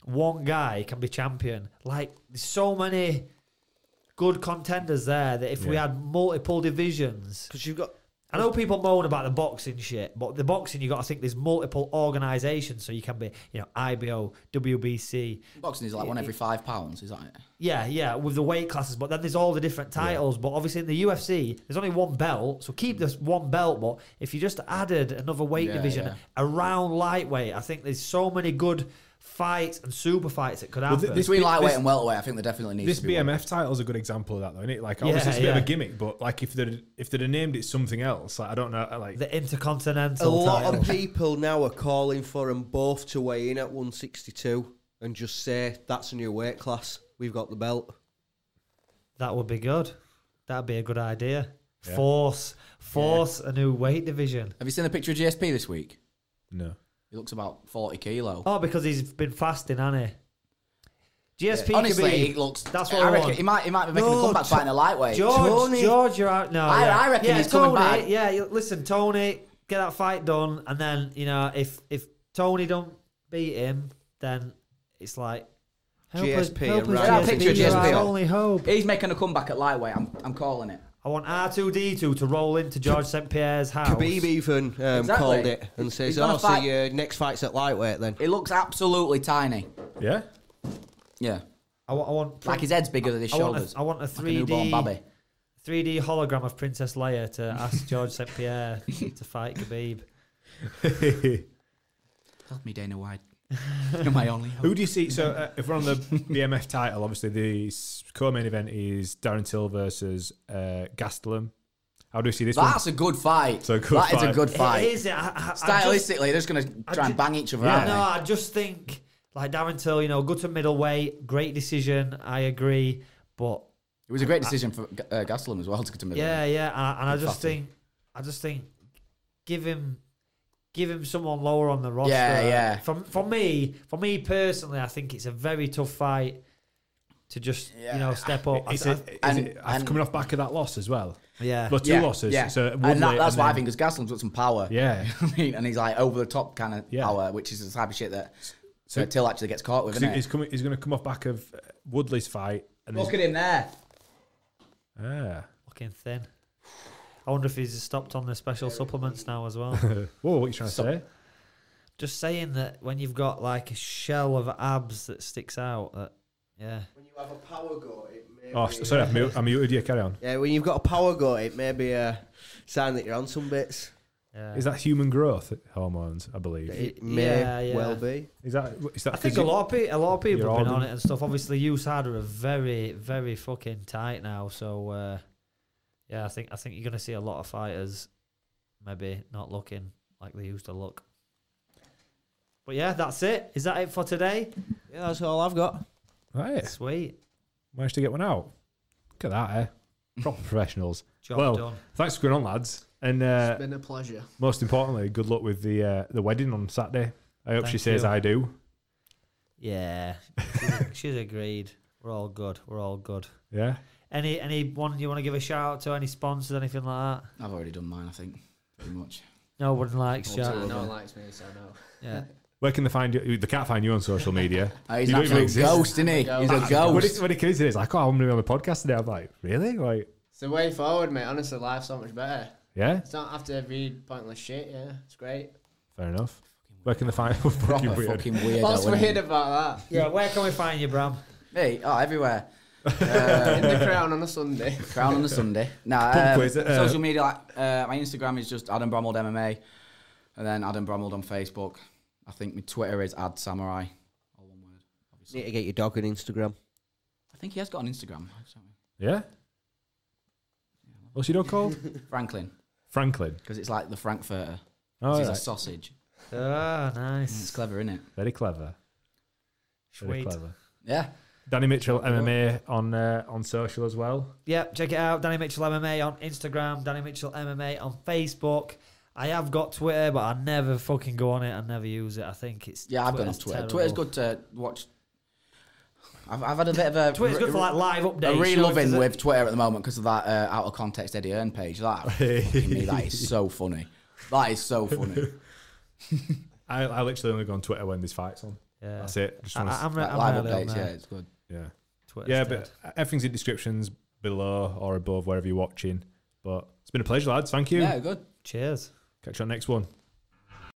B: one guy can be champion. Like, there's so many good contenders there that if we
A: Yeah.
B: had multiple divisions,
E: Because you've got
B: I know people moan about the boxing shit, but the boxing you got to think there's multiple organisations, so you can be, you know, IBO, WBC,
C: Boxing is like one every five pounds, is that it?
B: yeah, yeah, with the weight classes. But then there's all the different titles. But obviously in the UFC, there's only one belt, so keep this one belt. But if you just added another weight
C: Yeah,
B: division
C: yeah.
B: around lightweight, I think there's so many good fights and super fights that could
A: Well,
B: happen.
A: thi- this-
C: Between lightweight
A: this-
C: and welterweight, I think there definitely needs
A: This
C: to be one.
A: BMF title is a good example of that, though, isn't it? Like,
B: Yeah,
A: obviously, it's a bit of
B: yeah.
A: a gimmick, but like if they'd if they'd have named it something else, like I don't know, like
B: the
E: a
B: intercontinental
E: lot
B: title.
E: of people now are calling for them both to weigh in at 162 and just say that's a new weight class. We've got the belt.
B: That would be good. That'd be a good idea.
A: Yeah.
B: Force, force a new weight division.
C: Have you seen the picture of GSP this week?
A: no.
C: He looks about 40 kilo.
B: Oh, because he's been fasting, hasn't he? GSP could
C: Honestly,
B: be-
C: he looks.
B: That's what
C: I
B: I
C: reckon.
B: want.
C: He might, he might be making
E: No,
C: a comeback
E: t-
C: fighting a lightweight.
B: George,
E: Tony-
B: George, you're out. No,
C: I-
B: yeah.
C: I reckon
B: yeah,
C: he's
B: Tony,
C: coming back.
B: Yeah, you- listen, Tony, get that fight done, and then you know if if Tony don't beat him, then it's like help us-
E: GSP
B: help us,
E: around.
C: Yeah, picture
B: you're
C: GSP.
B: our only hope.
C: He's making a comeback at lightweight. I'm, I'm calling it.
B: I want R two D two to roll into George St Pierre's house.
E: Khabib even um,
C: Exactly.
E: called it and
C: He's
E: says,
C: gonna
E: "Oh, so
C: fight-
E: your next fight's at lightweight then."
C: He looks absolutely tiny.
A: Yeah,
C: Yeah.
B: I want, I want
C: Like his head's bigger than his
B: I want
C: shoulders.
B: a, I want a
C: Like a
B: three
C: newborn
B: D
C: baby.
B: three D hologram of Princess Leia to ask George St Pierre to fight Khabib.
C: Help me, Dana White. You're my only hope.
A: Who do you see? So, uh, if we're on the BMF title, obviously the s- co-main event is Darren Till versus uh, Gastelum. How do you see this
C: That's a good fight.
A: It's a good
C: That is
A: fight.
C: a good fight.
B: It is. I, I, I just-
C: Stylistically, they're just going to try
B: ju-
C: and bang each other,
A: Yeah.
C: aren't
B: No,
C: they?
B: I just think like Darren Till, you know, good to middleweight, great decision. I agree, but
C: It was a great decision for G- uh, Gastelum as well to get to middle.
B: yeah, yeah, and, and I
C: Good
B: just
C: fucking.
B: think, I just think, give him, give him someone lower on the roster.
C: Yeah, yeah.
B: For for me, for me personally, I think it's a very tough fight to just you know
C: Yeah.
B: step up. I-
A: Is
B: I-
A: it, is
C: and-
A: it I've
C: and-
A: coming off back of that loss as well.
B: yeah,
A: But two
C: Yeah,
A: losses.
C: Yeah.
A: So
C: and
A: Woodley
C: that, that's why I
A: then-
C: think because Gastelum's got some power.
A: Yeah.
C: I mean, and he's like over the top kind of
A: Yeah.
C: power, which is the type of shit that
A: So-
C: so, Till actually gets caught with,
A: 'Cause
C: isn't
A: he-
C: it?
A: he's coming. He's going to come off back of uh, Woodley's fight. And
C: Look
A: he's-
C: at him there.
A: Ah.
B: fucking thin. I wonder if he's stopped on the special supplements now as well.
A: Whoa, what are you trying to
C: So-
A: say?
B: just saying that when you've got like a shell of abs that sticks out, that yeah.
E: When you have a power go, it may uh,
A: Oh, s- sorry, I mute- I muted you. Carry on.
E: Yeah, when you've got a power go, it may be a sign that you're on some bits.
B: Yeah.
A: Is that human growth hormones? I believe.
E: It
B: Y-
E: may
B: yeah, yeah.
E: well be.
A: Is that? Is that?
B: I think a
A: physi-
B: lot of people, a lot of people
A: Your
B: have been on
A: organ-
B: it and stuff. Obviously, USAD are very, very fucking tight now. So uh, yeah, I think I think you're gonna see a lot of fighters maybe not looking like they used to look. But yeah, that's it. Is that it for today?
E: Yeah, that's all I've got.
A: Right.
B: Sweet,
A: Managed to get one out. Look at that, eh? Proper professionals.
B: job
A: Well,
B: done.
A: Thanks for going on, lads. And uh,
D: been a pleasure.
A: most importantly, good luck with the uh, the wedding on Saturday. I hope she
B: Thank
A: says
B: you.
A: I do.
B: Yeah, she's, she's agreed. We're all good. We're all good.
A: Yeah.
B: Any anyone you want to give a shout out to? Any sponsors? Anything like that?
C: I've already done mine, I think. Pretty much.
B: No one likes
C: Yeah.
D: Yeah,
B: shout.
C: Absolutely.
D: no
C: Yeah.
D: one likes me, so no.
B: Yeah.
A: Where can they find you? They can't find you on social media.
C: Uh, he's
A: You
C: an
A: don't even
C: absolute
A: exist.
C: ghost, isn't he?
D: Ghost.
C: He's a
A: When it,
C: ghost.
A: when it comes to this, like, oh, I'm going to be on the podcast today. I'm like, really? Like,
D: It's the way forward, mate. Honestly, life's so much better.
A: yeah,
D: It's not after read pointless shit. Yeah, it's great.
A: fair enough. Where can they find
C: Proper
A: fucking
C: fucking,
A: weird.
C: weirdo.
D: What's
C: isn't he?
D: weird about
B: Yeah. Where can we find you, Bram?
C: Hey, oh, everywhere. Uh,
D: that? In the crown on a Sunday.
C: Crown on the Sunday. Nah,
A: Pub
C: um,
A: quiz, uh,
C: social media. Like, uh, my Instagram is just Adam Bromold MMA, and then Adam Bromold on Facebook. I think my Twitter is Ad Samurai. All one word.
E: Need
C: Obviously.
E: to get your dog on Instagram.
C: I think he has got an Instagram. actually.
A: Yeah? What's your dog called?
C: Franklin,
A: Franklin.
C: because it's like the Frankfurter. 'cause
A: Oh,
C: he's
A: right.
C: a sausage.
B: Oh,
C: Mm, It's
B: nice.
C: clever, isn't it?
A: very clever. Very
B: Sweet.
A: clever.
C: Yeah.
A: Danny Mitchell MMA on uh, on social as well.
B: Yep, check it out. Danny Mitchell MMA on Instagram, Danny Mitchell MMA on Facebook. I have got Twitter, but I never fucking go on it. I never use it. I think it's
C: Yeah, I've gone
B: Twitter's
C: off Twitter.
B: terrible.
C: Twitter's good to watch. I've, I've had a bit of a
B: Twitter's good for like live updates.
C: I'm
B: you
C: really
B: know, if
C: loving
B: there's a-
C: with Twitter at the moment because of that uh, out of context Eddie Earn page. That fucking me, that is so funny. That is so funny.
A: I, I literally only go on Twitter when there's fights on.
B: Yeah.
A: That's it. Just
B: I,
A: wanna,
B: I-
A: s-
B: I'm,
C: Like,
B: I'm
C: live
B: early on
C: updates, yeah,
B: there.
C: it's good.
A: yeah,
B: Twitter's
A: yeah.
B: dead.
A: But everything's in descriptions below or above wherever you're watching. But it's been a pleasure, lads. Thank you.
C: Yeah, good.
B: cheers.
A: Catch you on next one.